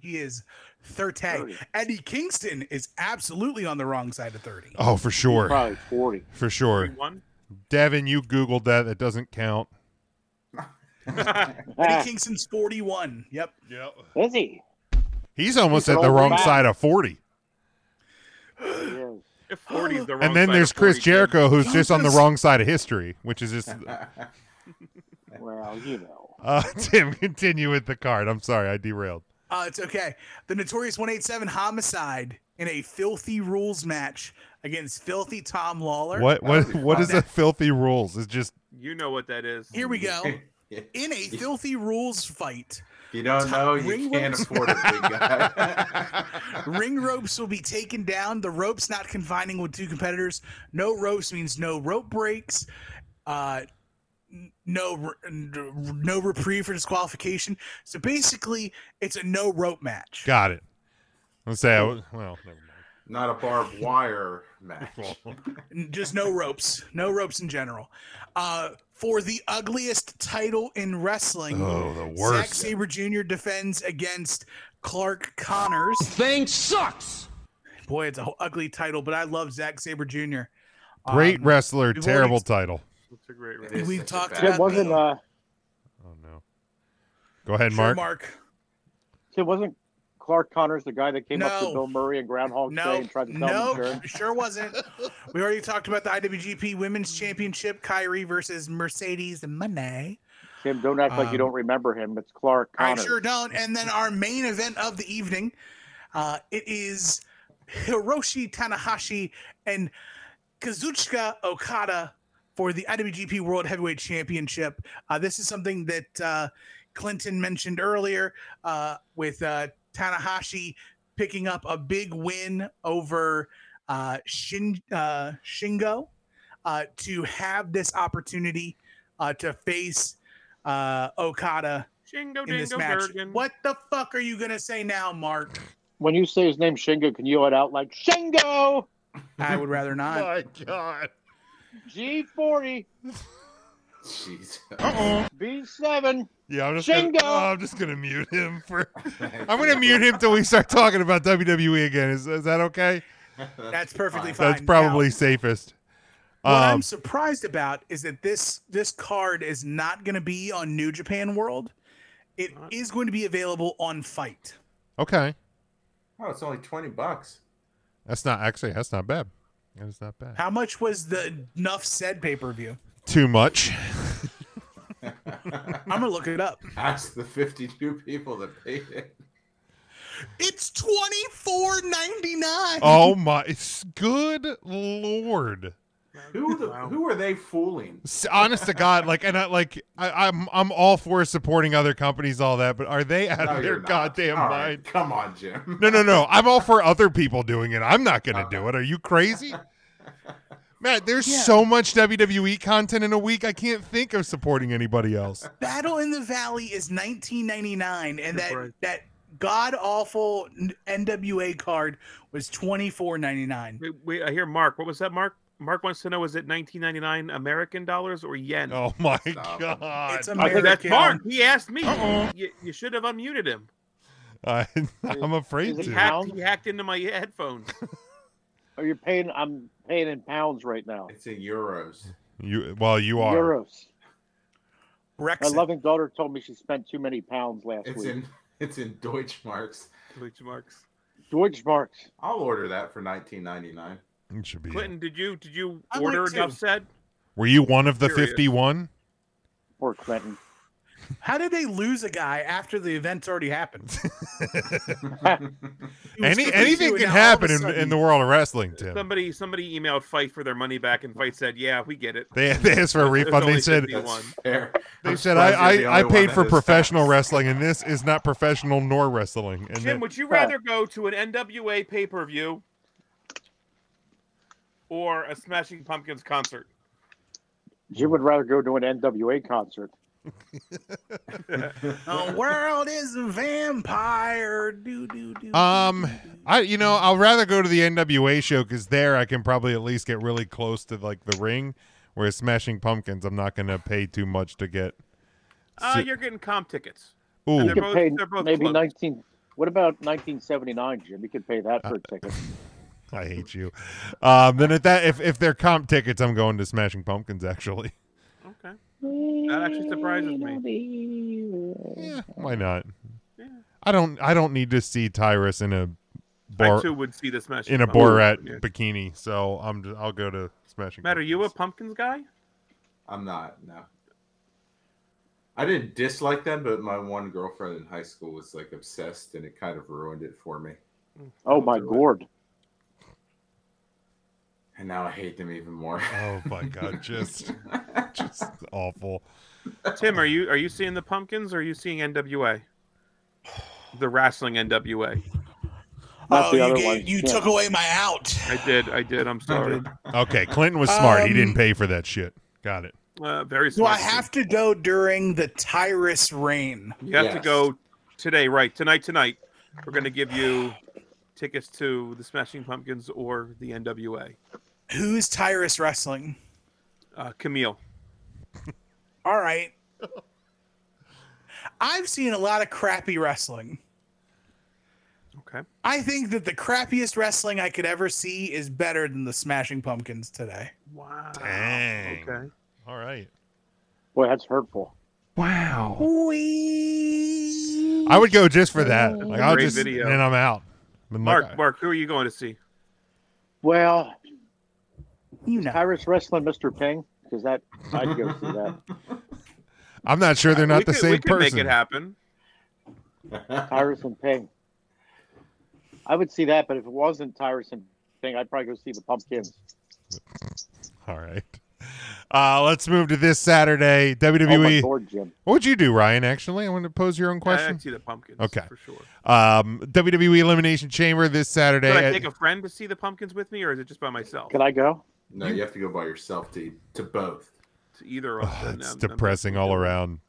He is 30. Eddie Kingston is absolutely on the wrong side of [laughs] 30. Oh, for sure. Probably 40. For sure. [laughs] 41? Devin, you Googled that. That doesn't count. Eddie Kingston's 41. Yep. Yep. Ah, Is he? He's almost He's at the all the way wrong back. side of 40. [laughs] If 40 is the wrong and then side there's of Chris 40, Jim. Jericho, who's just on the wrong side of history, which is just. well, you know. Uh, [laughs] Tim, continue with the card. I'm sorry, I derailed. Uh, it's okay. The notorious 187 homicide in a filthy rules match against filthy Tom Lawler. What what what is a filthy rules? It's just You know what that is. Here we go. In a filthy rules fight, [laughs] You don't know, you can't afford it, big guy. [laughs] [laughs] ring ropes will be taken down. The ropes not confining with two competitors. No ropes means no rope breaks. Uh, n- no, r- n- no reprieve for disqualification. So basically, it's a no rope match. got it. Let's say I was, well, never mind. Not a barbed wire [laughs] match. just no ropes no ropes in general uh for the ugliest title in wrestling Oh, the Zack worst. sabre jr defends against clark connors thing sucks boy it's a whole ugly title but i love Zack sabre jr Um, Great wrestler, we've terrible already- title. That's a great is We've such a talked bad- It about wasn't the- uh, Oh no. Go ahead, Sure, Mark. mark it wasn't Clark Connors the guy that came up to No. Bill Murray and Groundhog Day no and tried to sell him no insurance? [laughs] sure wasn't we already talked about the iwgp women's championship kyrie versus mercedes monet Tim, don't act like you Um, don't remember him. It's Clark Connors. I sure don't. And then our main event of the evening, uh, it is Hiroshi Tanahashi and Kazuchika Okada for the IWGP World Heavyweight Championship. Uh, this is something that uh, Clinton mentioned earlier uh, with uh, Tanahashi picking up a big win over uh, Shin, uh, Shingo uh, to have this opportunity uh, to face uh, Okada Shingo in this dingo match. Durgan. What the fuck are you gonna say now, Mark? When you say his name Shingo, can you yell it out like Shingo? I would rather not. God. G40, Jeez. B7. Yeah, I'm just Shingo. Gonna, oh, I'm just gonna mute him for. I'm [laughs] gonna mute him till we start talking about WWE again. Is, is that okay? That's perfectly fine. That's probably Now, safest. what I'm Um, surprised about is that this this card is not gonna be on New Japan World. It is going to be available on Fight. okay, Oh, it's only 20 bucks. [laughs] that's not actually that's not bad. That's not bad. How much was the Nuff said pay per view? Too much. I'm gonna look it up. Ask the 52 people that paid it. It's twenty four ninety nine. Oh my! It's good lord. Who the, who are they fooling? S- Honest to God, like, and I like, I, I'm I'm all for supporting other companies, all that, but are they out No, of you're their not. goddamn All right, mind? Come on, Jim. [laughs] No, no, no. I'm all for other people doing it. I'm not gonna do it. Are you [laughs] crazy? Matt, there's so much WWE content in a week. I can't think of supporting anybody else. Battle in the Valley is 1999, and that that god awful NWA card was 24.99. Wait, wait, I hear Mark. What was that, Mark? Mark wants to know: Is it 1999 American dollars or yen? Oh [laughs] my Stop. god! It's I think that's American. Mark. He asked me. You, you should have unmuted him. [laughs] I, I'm afraid He to. hacked, he hacked into my headphones. Are you paying? I'm paying in pounds right now. It's in euros. You well, you are. Euros. My Brexit. loving daughter told me she spent too many pounds last It's week. in it's in Deutschmarks. Bleach marks. Deutschmarks. I'll order that for 19.99. It should be. Clinton, did you did you I'm order like two. enough said? Were you one of the Curious. 51? Poor Clinton. How did they lose a guy after the event's already [laughs] happened? He was Any 52 anything and can now all of happen a in, in sudden- the world of wrestling, Tim. Somebody somebody emailed Fight for their money back, and Fight said, "Yeah, we get it." [laughs] They, they asked [laughs] for a There's refund. They only said 51. Fair. they I'm said surprised you're the I, I, I only one paid that for is professional [laughs] fast. wrestling and this is not professional nor wrestling. And Jim, then, would you rather go to an NWA pay per view or a Smashing Pumpkins concert. Hmm. Jim would rather go to an NWA concert. The world is a vampire. Do do do. Um, I you know I'll rather go to the NWA show because there I can probably at least get really close to like the ring. Whereas Smashing Pumpkins, I'm not gonna pay too much to get. Uh, Si- you're getting comp tickets. Ooh. And You they're could both, pay they're both maybe closed. 19. What about 1979, Jim? You could pay that for a [laughs] ticket. I hate you. Um, then at that if if they're comp tickets, I'm going to Smashing Pumpkins actually. [laughs] Okay. That actually [laughs] surprises me. Why not? I don't I don't need to see Tyrus in a bar too would see the Smashing in a Pumpkins. Borat Yeah. bikini. So I'm just, I'll go to Smashing. Matt, are you a pumpkins guy? I'm not. No. I didn't dislike them, but my one girlfriend in high school was like obsessed, and it kind of ruined it for me. Oh my gourd! And now I hate them even more. Oh my [laughs] god, just just awful. Tim, are you are you seeing the pumpkins or are you seeing NWA? [sighs] The wrestling NWA. Not the Oh, you other gave- one. you Yeah. took away my out. I did. I did. I'm sorry. Okay, Clinton was smart. he Um, didn't pay for that shit. Got it. Uh, very Do I smart. have to go during the Tyrus reign? You [laughs] have to go today, right? Tonight, tonight. We're going to give you tickets to the Smashing Pumpkins or the NWA. Who's Tyrus wrestling? Uh, Camille. All [laughs] right. I've seen a lot of crappy wrestling. Okay. I think that the crappiest wrestling I could ever see is better than the Smashing Pumpkins today. Wow. Dang. Oh, Okay. All right. Boy, that's hurtful. Wow. I would go just for that. Like I'll Great just video. and then I'm out. I'm like, Mark, Mark, who are you going to see? Well, you know, Tyrus wrestling Mr. Ping because that I'd go see [laughs] that. I'm not sure they're not Uh, we the could, same we could person. make it happen. Tyrus and Ping. I would see that, but if it wasn't Tyrus and Ping, I'd probably go see the Pumpkins. [laughs] All right. Uh, let's move to this Saturday. WWE. Oh my Lord, Jim. What would you do, Ryan? Actually, I want to pose your own question. I'd see the Pumpkins. okay. For sure. Um, WWE Elimination Chamber this Saturday. Could I at- take a [laughs] friend to see the pumpkins with me, or is it just by myself? Can I go? No, you have to go by yourself to to both. To either of them. it's I'm- depressing all around.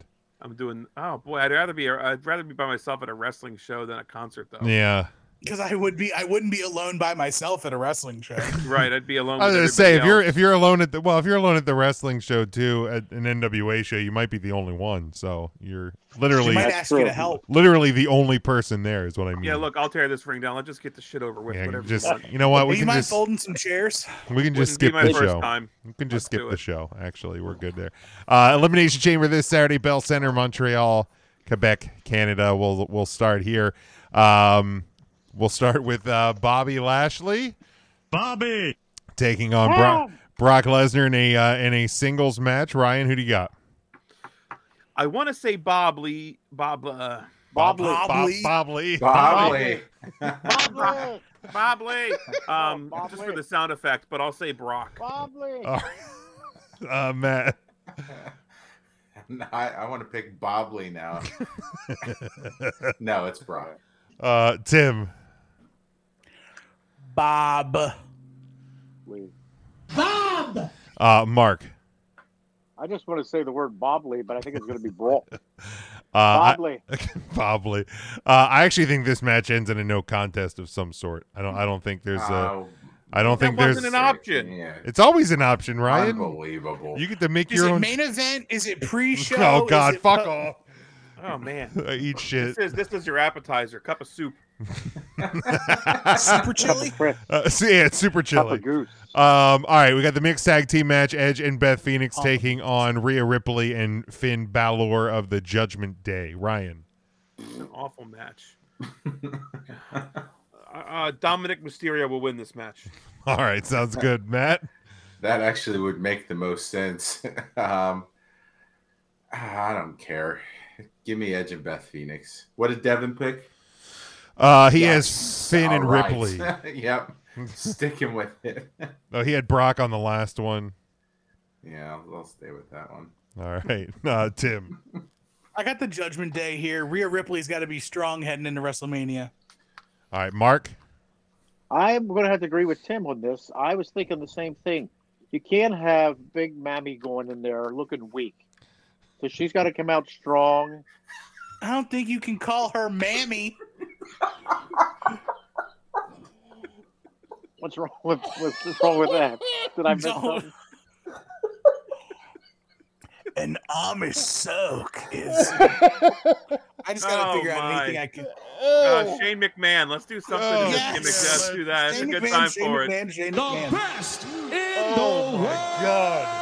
I'm doing. Oh boy, I'd rather be. I'd rather be by myself at a wrestling show than a concert, though. Yeah. Because I would be, I wouldn't be alone by myself at a wrestling show. [laughs] Right. I'd be alone. I was with gonna say if everybody you're E else. if you're alone at the well if you're alone at the wrestling show too at an NWA show you might be the only one so you're literally might That's ask you to true. help. literally the only person there is what I mean Yeah, look, I'll tear this ring down. Let's just get the shit over with. Yeah, whatever. just want. you know what Would we you can mind just folding some chairs? we can just skip Wouldn't be my the first show time. we can just Let's do skip the it. show actually we're good there uh, Elimination Chamber this Saturday Bell Center Montreal Quebec Canada we'll we'll start here um, we'll start with uh, Bobby Lashley Bobby. taking on Brock Brock Lesnar in a uh, in a singles match Ryan who do you got I want to say Bob Lee, Bob, uh, Bob Lee. Bob Bob, Lee. Bob Lee. Probably. Bob [laughs] Bob Lee. Um, Bob just Lee. for the sound effect, but I'll say Brock. Lee. All right. [laughs] uh, Matt. [laughs] I, I want to pick [laughs] Bobley now. no, it's Brock. Uh, Tim. Bob. Lee. Bob. Uh, Mark. I just want to say the word Bobley, but I think it's going to be Brawl. [laughs] Uh, [laughs] I- Bobley. Bobley. Uh, I actually think this match ends in a no contest of some sort. I don't. I don't think there's a. Oh, I don't think that wasn't there's. an option. yeah. it's always an option, Ryan. Unbelievable. You get to make Is your it own. main event? Is [laughs] it pre-show? oh God! Is it Fuck [laughs] po- off. [laughs] Oh man, I eat shit. [laughs] this is this is your appetizer, cup of soup. Super chili. Chris, Uh, so yeah, it's super Papa chilly. Goose. Um, all right, we got the mixed tag team match: Edge and Beth Phoenix taking on Rhea Ripley and Finn Balor of the Judgment Day. Ryan. [laughs] An awful match. Uh, uh, Dominic Mysterio will win this match. All right, sounds good, Matt. That actually would make the most sense. [laughs] um, I don't care. Give me Edge and Beth Phoenix. What did Devin pick? Uh, he Yes. has Finn and All right. Ripley. [laughs] [laughs] yep. Sticking with it. [laughs] Oh, he had Brock on the last one. yeah, I'll, I'll stay with that one. All right, [laughs] uh, Tim. I got the Judgment Day here. Rhea Ripley's got to be strong heading into WrestleMania. All right, Mark. I'm going to have to agree with Tim on this. I was thinking the same thing. You can't have Big Mammy going in there looking weak. So she's got to come out strong. I don't think you can call her Mammy. What's wrong [laughs] with what's wrong with that? Did I miss Don't. something? An Amish soak is. I just gotta Oh, figure out my. anything I can. Oh. Uh, Shane McMahon, let's do something to this Yes. gimmick. Let's do that. Shane it's a good McMahon, time Shane for McMahon, it. Shane The McMahon. best in Oh, the my world. God.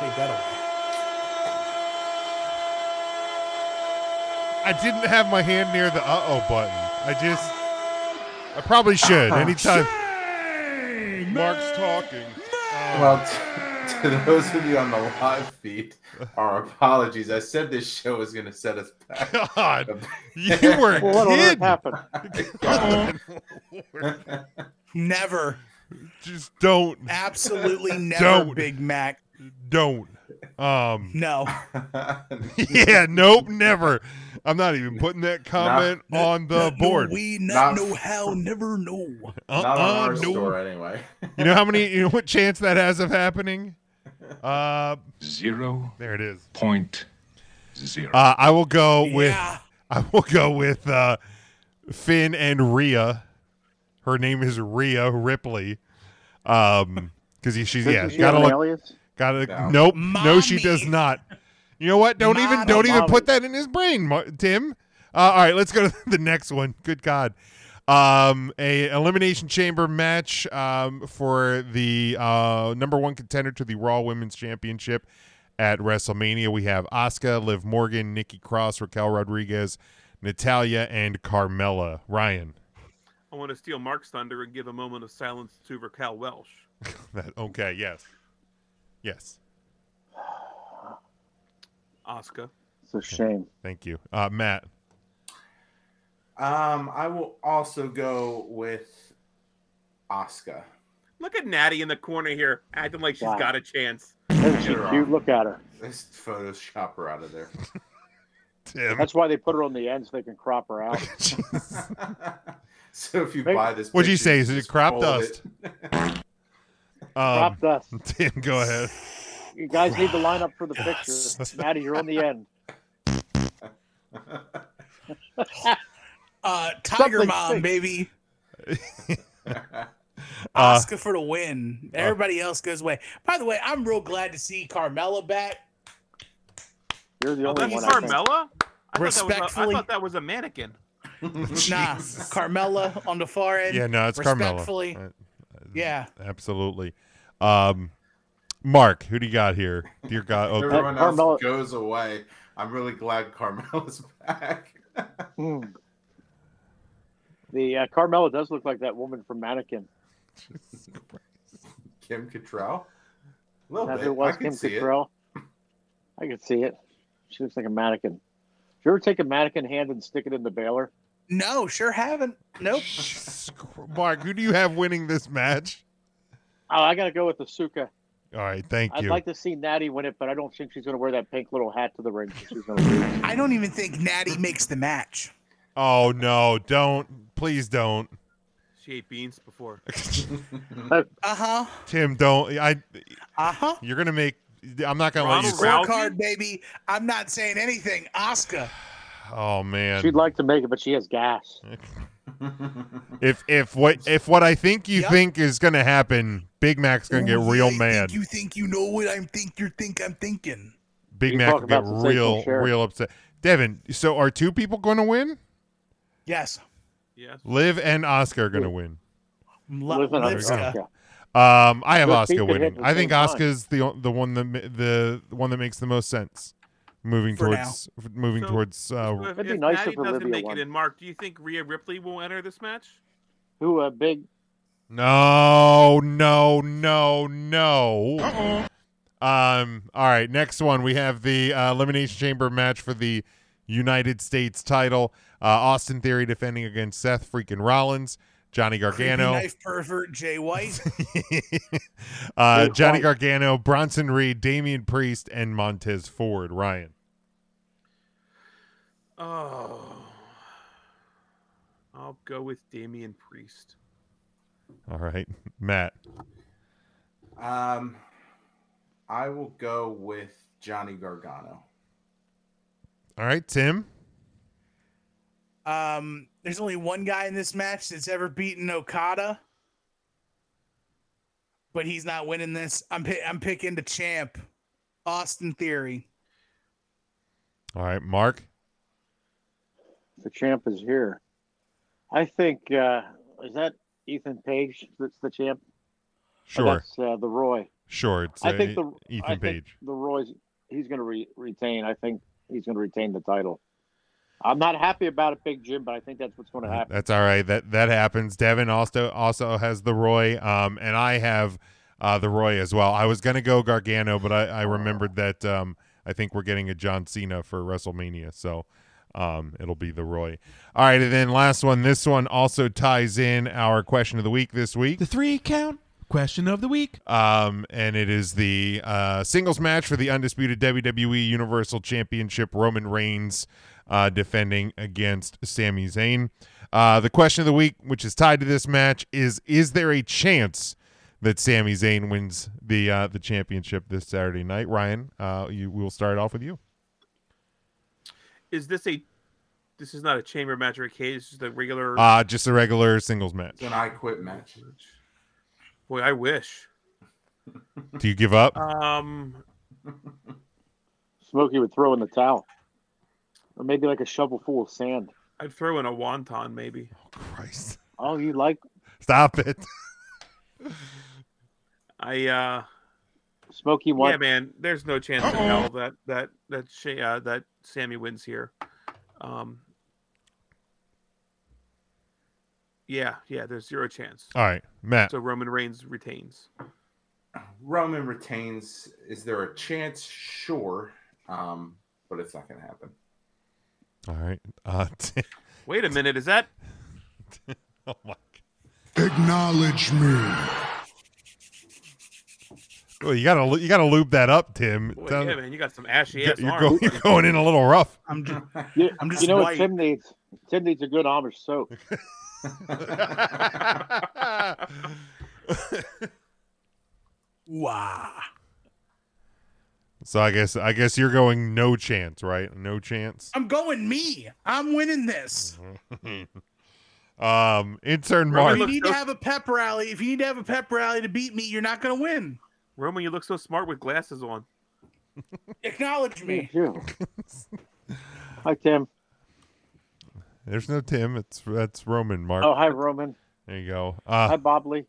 Take that away. I didn't have my hand near the uh oh button. I just. I probably should. Anytime. Mark's talking. Well, t- [laughs] to those of you on the live feed, our apologies. I said this show was going to set us back. God, you were a Well, what on earth kid. happened? God. Never. Just don't. [laughs] Absolutely never, Don't. Big Mac. Don't. Um. [laughs] No. [laughs] yeah. Nope. Never. I'm not even putting that comment on the board. We Not- not, know how, never know. Not on Uh-uh, our no. store, anyway. [laughs] You know how many? You know what chance that has of happening? Uh, zero. There it is. Point zero. Uh, I will go [laughs] with. I will go with uh, Finn and Rhea. Her name is Rhea Ripley. Um, because she's Doesn't yeah, she have gotta an look. alias? Gotta nope. No, she does not. You know what? Don't even don't even Mommy. put that in his brain, Mar- Tim. Uh, all right, let's go to [laughs] the next one. Good God, um, a elimination chamber match um, for the uh, number one contender to the Raw Women's Championship at WrestleMania. We have Asuka, Liv Morgan, Nikki Cross, Raquel Rodriguez, Natalia, and Carmella. Ryan, [laughs] I want to steal Mark's thunder and give a moment of silence to Raquel Welsh. that okay? Yes, yes. Oscar. It's a shame. Thank you, uh, Matt. Um, I will also go with Oscar. Look at Natty in the corner here, acting like she's Wow. got a chance. You look at her. Let's Photoshop her out of there. [laughs] That's why they put her on the end so they can crop her out. so if you Maybe- buy this, What'd you picture, say? Is it just crop fold dust? [laughs] it. Um, Crop [laughs] dust. Tim, go ahead. You guys [laughs] need to line up for the picture. Maddie, you're on the end. Uh, Tiger Something Mom, stinks. baby. [laughs] Uh, Oscar for the win. Everybody else goes away. By the way, I'm real glad to see Carmella back. You're the Oh, only that's one. Carmella? I thought, that was a, I Respectfully. thought that was a mannequin. Nah, Carmella on the far end. Mm-hmm. Yeah, no, it's Respectfully. Carmella. Yeah. Absolutely. Um, Mark, who do you got here? Dear God. Oh, Everyone else goes away. I'm really glad Carmella's back. [laughs] Hmm. The uh, Carmella does look like that woman from Mannequin. Kim Cattrall. A little As bit. it was I can Kim see it. Cattrall. I could see it. She looks like a mannequin. Did you ever take a mannequin hand and stick it in the baler? No, sure haven't. Nope. Mark, who do you have winning this match? Oh, I got to go with the Suka. All right, thank I'd you. like to see Natty win it, but I don't think she's going to wear that pink little hat to the ring. She's gonna [laughs] lose. I don't even think Natty makes the match. oh no, don't. Please don't. She ate beans before. Uh huh. Tim, don't. I Uh huh. you're going to make I'm not going to let you say- Scorecard, baby. I'm not saying anything. Oscar. Oh man. She'd like to make it, but she has gas. if if what if what I think you Yep. think is going to happen, Big Mac's going to get real mad. You think you know what I think? You think I'm thinking? Big You Mac talk will get about sensational real share. real upset. Devin, so are two people going to win? Yes. Yes. Liv and Oscar are going to win. Lo- Listen, There we Liv's go. got- Um, I have Good Oscar people hit winning. the I think same time. Oscar's the o- the one that ma- the the one that makes the most sense. Moving For towards f- moving So- towards So uh, if, It'd be if nice Natty if doesn't Olivia make won. it in, Mark, do you think Rhea Ripley will enter this match? Who a big no no no no. Um. All right. Next one, we have the uh, elimination chamber match for the United States title. Uh, Austin Theory defending against Seth freaking Rollins, Johnny Creepy Gargano, knife pervert Jay White. uh, Jay Johnny White. Gargano, Bronson Reed, Damian Priest, and Montez Ford. Ryan. Oh, I'll go with Damian Priest. All right, Matt. [laughs] Um, I will go with Johnny Gargano. All right, Tim. Um, there's only one guy in this match that's ever beaten Okada, but he's not winning this. I'm pi- I'm picking the champ, Austin Theory. All right, Mark. The champ is here. I think uh, is that Ethan Page that's the champ. Or Sure, that's uh, the Roy. sure. It's, I think uh, the Ethan I think Page. the Roy's he's going to re- retain. I think he's going to retain the title. I'm not happy about it, Big Jim, but I think that's what's going to happen. That's all right. That that happens. Devin also also has the Roy, um, and I have uh, the Roy as well. I was gonna go Gargano, but I, I remembered that um, I think we're getting a John Cena for WrestleMania, so um, it'll be the Roy. All right, and then last one. This one also ties in our question of the week this week. The three count question of the week. Um, and it is the uh, singles match for the undisputed WWE Universal Championship. Roman Reigns uh, defending against Sami Zayn. Uh, the question of the week, which is tied to this match, is: Is there a chance that Sami Zayn wins the uh, the championship this Saturday night? Ryan, uh, you, we will start off with you. Is this a? This is not a chamber match or a cage. This is the regular. Uh, just a regular singles match. It's an I quit match. Boy, I wish. Do you give up? Um, Smokey would throw in the towel, or maybe like a shovel full of sand. I'd throw in a wonton maybe. Oh Christ! Oh, you like Stop it. [laughs] I uh. Smokey? What? Yeah, man. There's no chance in hell that that that Shay, uh, that Sammy wins here. Um. Yeah, yeah. There's zero chance. All right, Matt. So Roman Reigns retains. Roman retains. Is there a chance? Sure, um, but it's not going to happen. All right, uh, [laughs] Tim. Wait a minute. Is that? oh my! Acknowledge me. Well, you gotta you gotta lube that up, Tim. Boy, Sounds- yeah, man. You got some ashy ass you're, go- arms. [laughs] you're going in a little rough. [laughs] I'm just, You, I'm just you know white. what Tim needs? Tim needs a good Amish [laughs] soap. [laughs] wow. So I guess I guess you're going no chance, right? No chance. I'm going me. I'm winning this. um, intern Mark. If you need to have a pep rally, if you need to have a pep rally to beat me, you're not going to [laughs] win. Roman, you look so smart with glasses on. Acknowledge me. Hi, Tim. There's no Tim. It's that's Roman Mark. Oh, hi, Roman. There you go. Uh, hi, Bob Lee.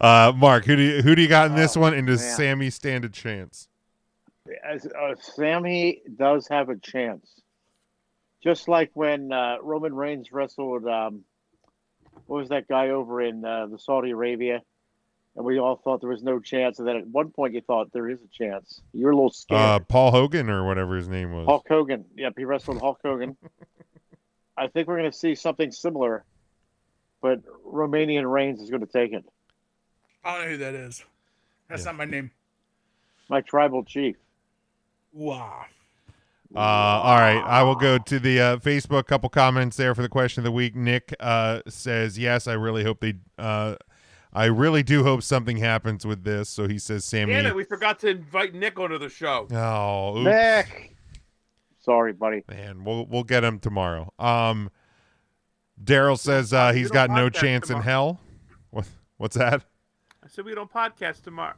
uh, Mark, who do you, who do you got in this Oh, one? And does man. Sammy stand a chance? As, uh, Sammy does have a chance. Just like when uh, Roman Reigns wrestled, um, what was that guy over in uh, the Saudi Arabia? And we all thought there was no chance. And then at one point you thought there is a chance. You're a little scared. Uh, Paul Hogan or whatever his name was. Hulk Hogan. Yep, he wrestled Hulk [laughs] Hogan. I think we're going to see something similar, but Romanian Reigns is going to take it. I don't know who that is. That's not my name. My tribal chief. Wow. Uh, all right, I will go to the uh, Facebook. Couple comments there for the question of the week. Nick uh, says, "Yes, I really hope they. Uh, I really do hope something happens with this." So he says, "Sammy." Damn it! We forgot to invite Nick onto the show. oh, oops. Nick. Sorry, buddy. Man, we'll we'll get him tomorrow. Um, Daryl says uh, he's don't got no want that chance in hell. What, what's that? I said we don't podcast tomorrow.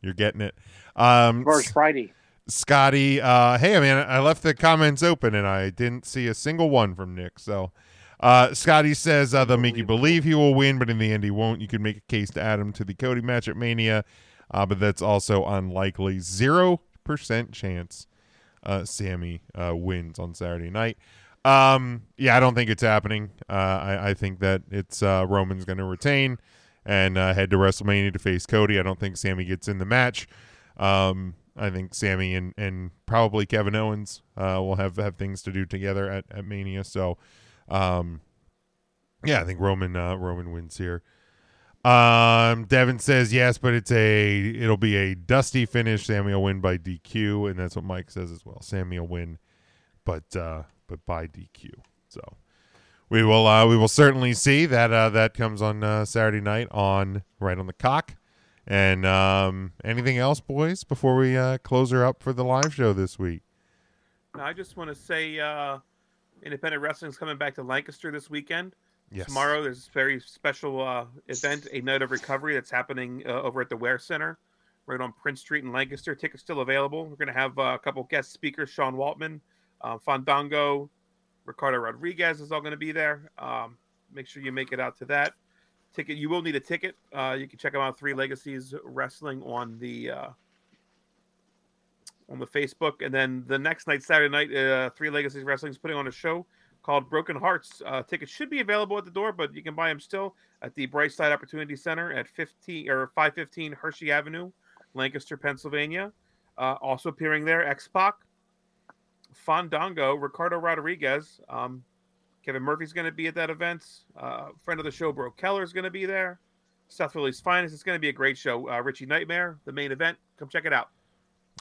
You're getting it. Um, First Friday. Scotty, uh, hey, man, I left the comments open and I didn't see a single one from Nick. So, uh, Scotty says uh, they'll make you believe he will win, but in the end, he won't. You could make a case to add him to the Cody match at Mania, uh, but that's also unlikely. Zero percent chance uh, Sammy uh, wins on Saturday night. Um, yeah, I don't think it's happening. Uh, I, I think that it's uh, Roman's going to retain and uh, head to WrestleMania to face Cody. I don't think Sammy gets in the match. Um, I think Sammy and, and probably Kevin Owens uh, will have, have things to do together at, at Mania. So, um, yeah, I think Roman uh, Roman wins here. Um, Devin says yes, but it's a it'll be a dusty finish. Sammy will win by DQ, and that's what Mike says as well. Sammy will win, but uh, but by DQ. So we will uh, we will certainly see that uh, that comes on uh, Saturday night on right on the cock. And um, anything else, boys, before we uh, close her up for the live show this week? Now, I just want to say uh, independent wrestling's coming back to Lancaster this weekend. Yes. Tomorrow, there's this very special uh, event, a night of recovery, that's happening uh, over at the Ware Center, right on Prince Street in Lancaster. Tickets still available. We're going to have uh, a couple guest speakers: Sean Waltman, uh, Fandango, Ricardo Rodriguez is all going to be there. Um, make sure you make it out to that. Ticket. You will need a ticket. Uh, you can check them out. Three Legacies Wrestling on the uh, on the Facebook, and then the next night, Saturday night, uh, Three Legacies Wrestling is putting on a show called Broken Hearts. Uh, tickets should be available at the door, but you can buy them still at the Brightside Opportunity Center at 15 or 515 Hershey Avenue, Lancaster, Pennsylvania. Uh, also appearing there, X Pac, Fandango, Ricardo Rodriguez, um, Kevin Murphy's going to be at that event. Uh, friend of the show, Bro Keller is going to be there. South Philly's finest. It's going to be a great show. Uh, Richie Nightmare, the main event. Come check it out.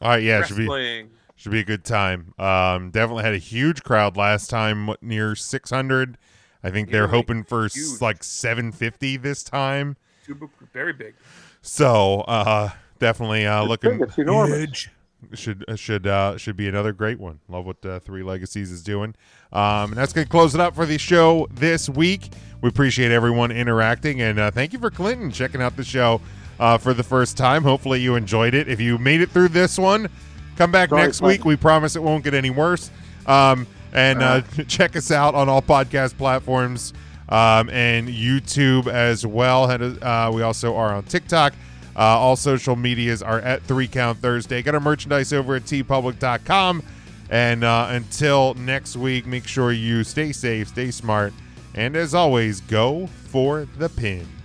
All right, yeah, it should be Wrestling. should be a good time. Um, definitely had a huge crowd last time, what, near 600. I think they're Huge, hoping for s- huge. like 750 this time. Super- Very big. So uh, definitely uh, looking it's enormous. Should uh, should uh, should be another great one. Love what uh, Three Legacies is doing, um, and that's gonna close it up for the show this week. We appreciate everyone interacting, and uh, thank you for Clinton checking out the show uh, for the first time. Hopefully you enjoyed it. If you made it through this one, come back Sorry, next Clinton. week. We promise it won't get any worse. Um, and uh, [laughs] check us out on all podcast platforms um, and YouTube as well. Had a- Uh, we also are on TikTok. Uh, all social medias are at Three Count Thursday. Get our merchandise over at tpublic.com. And uh, until next week, make sure you stay safe, stay smart, and as always, go for the pin.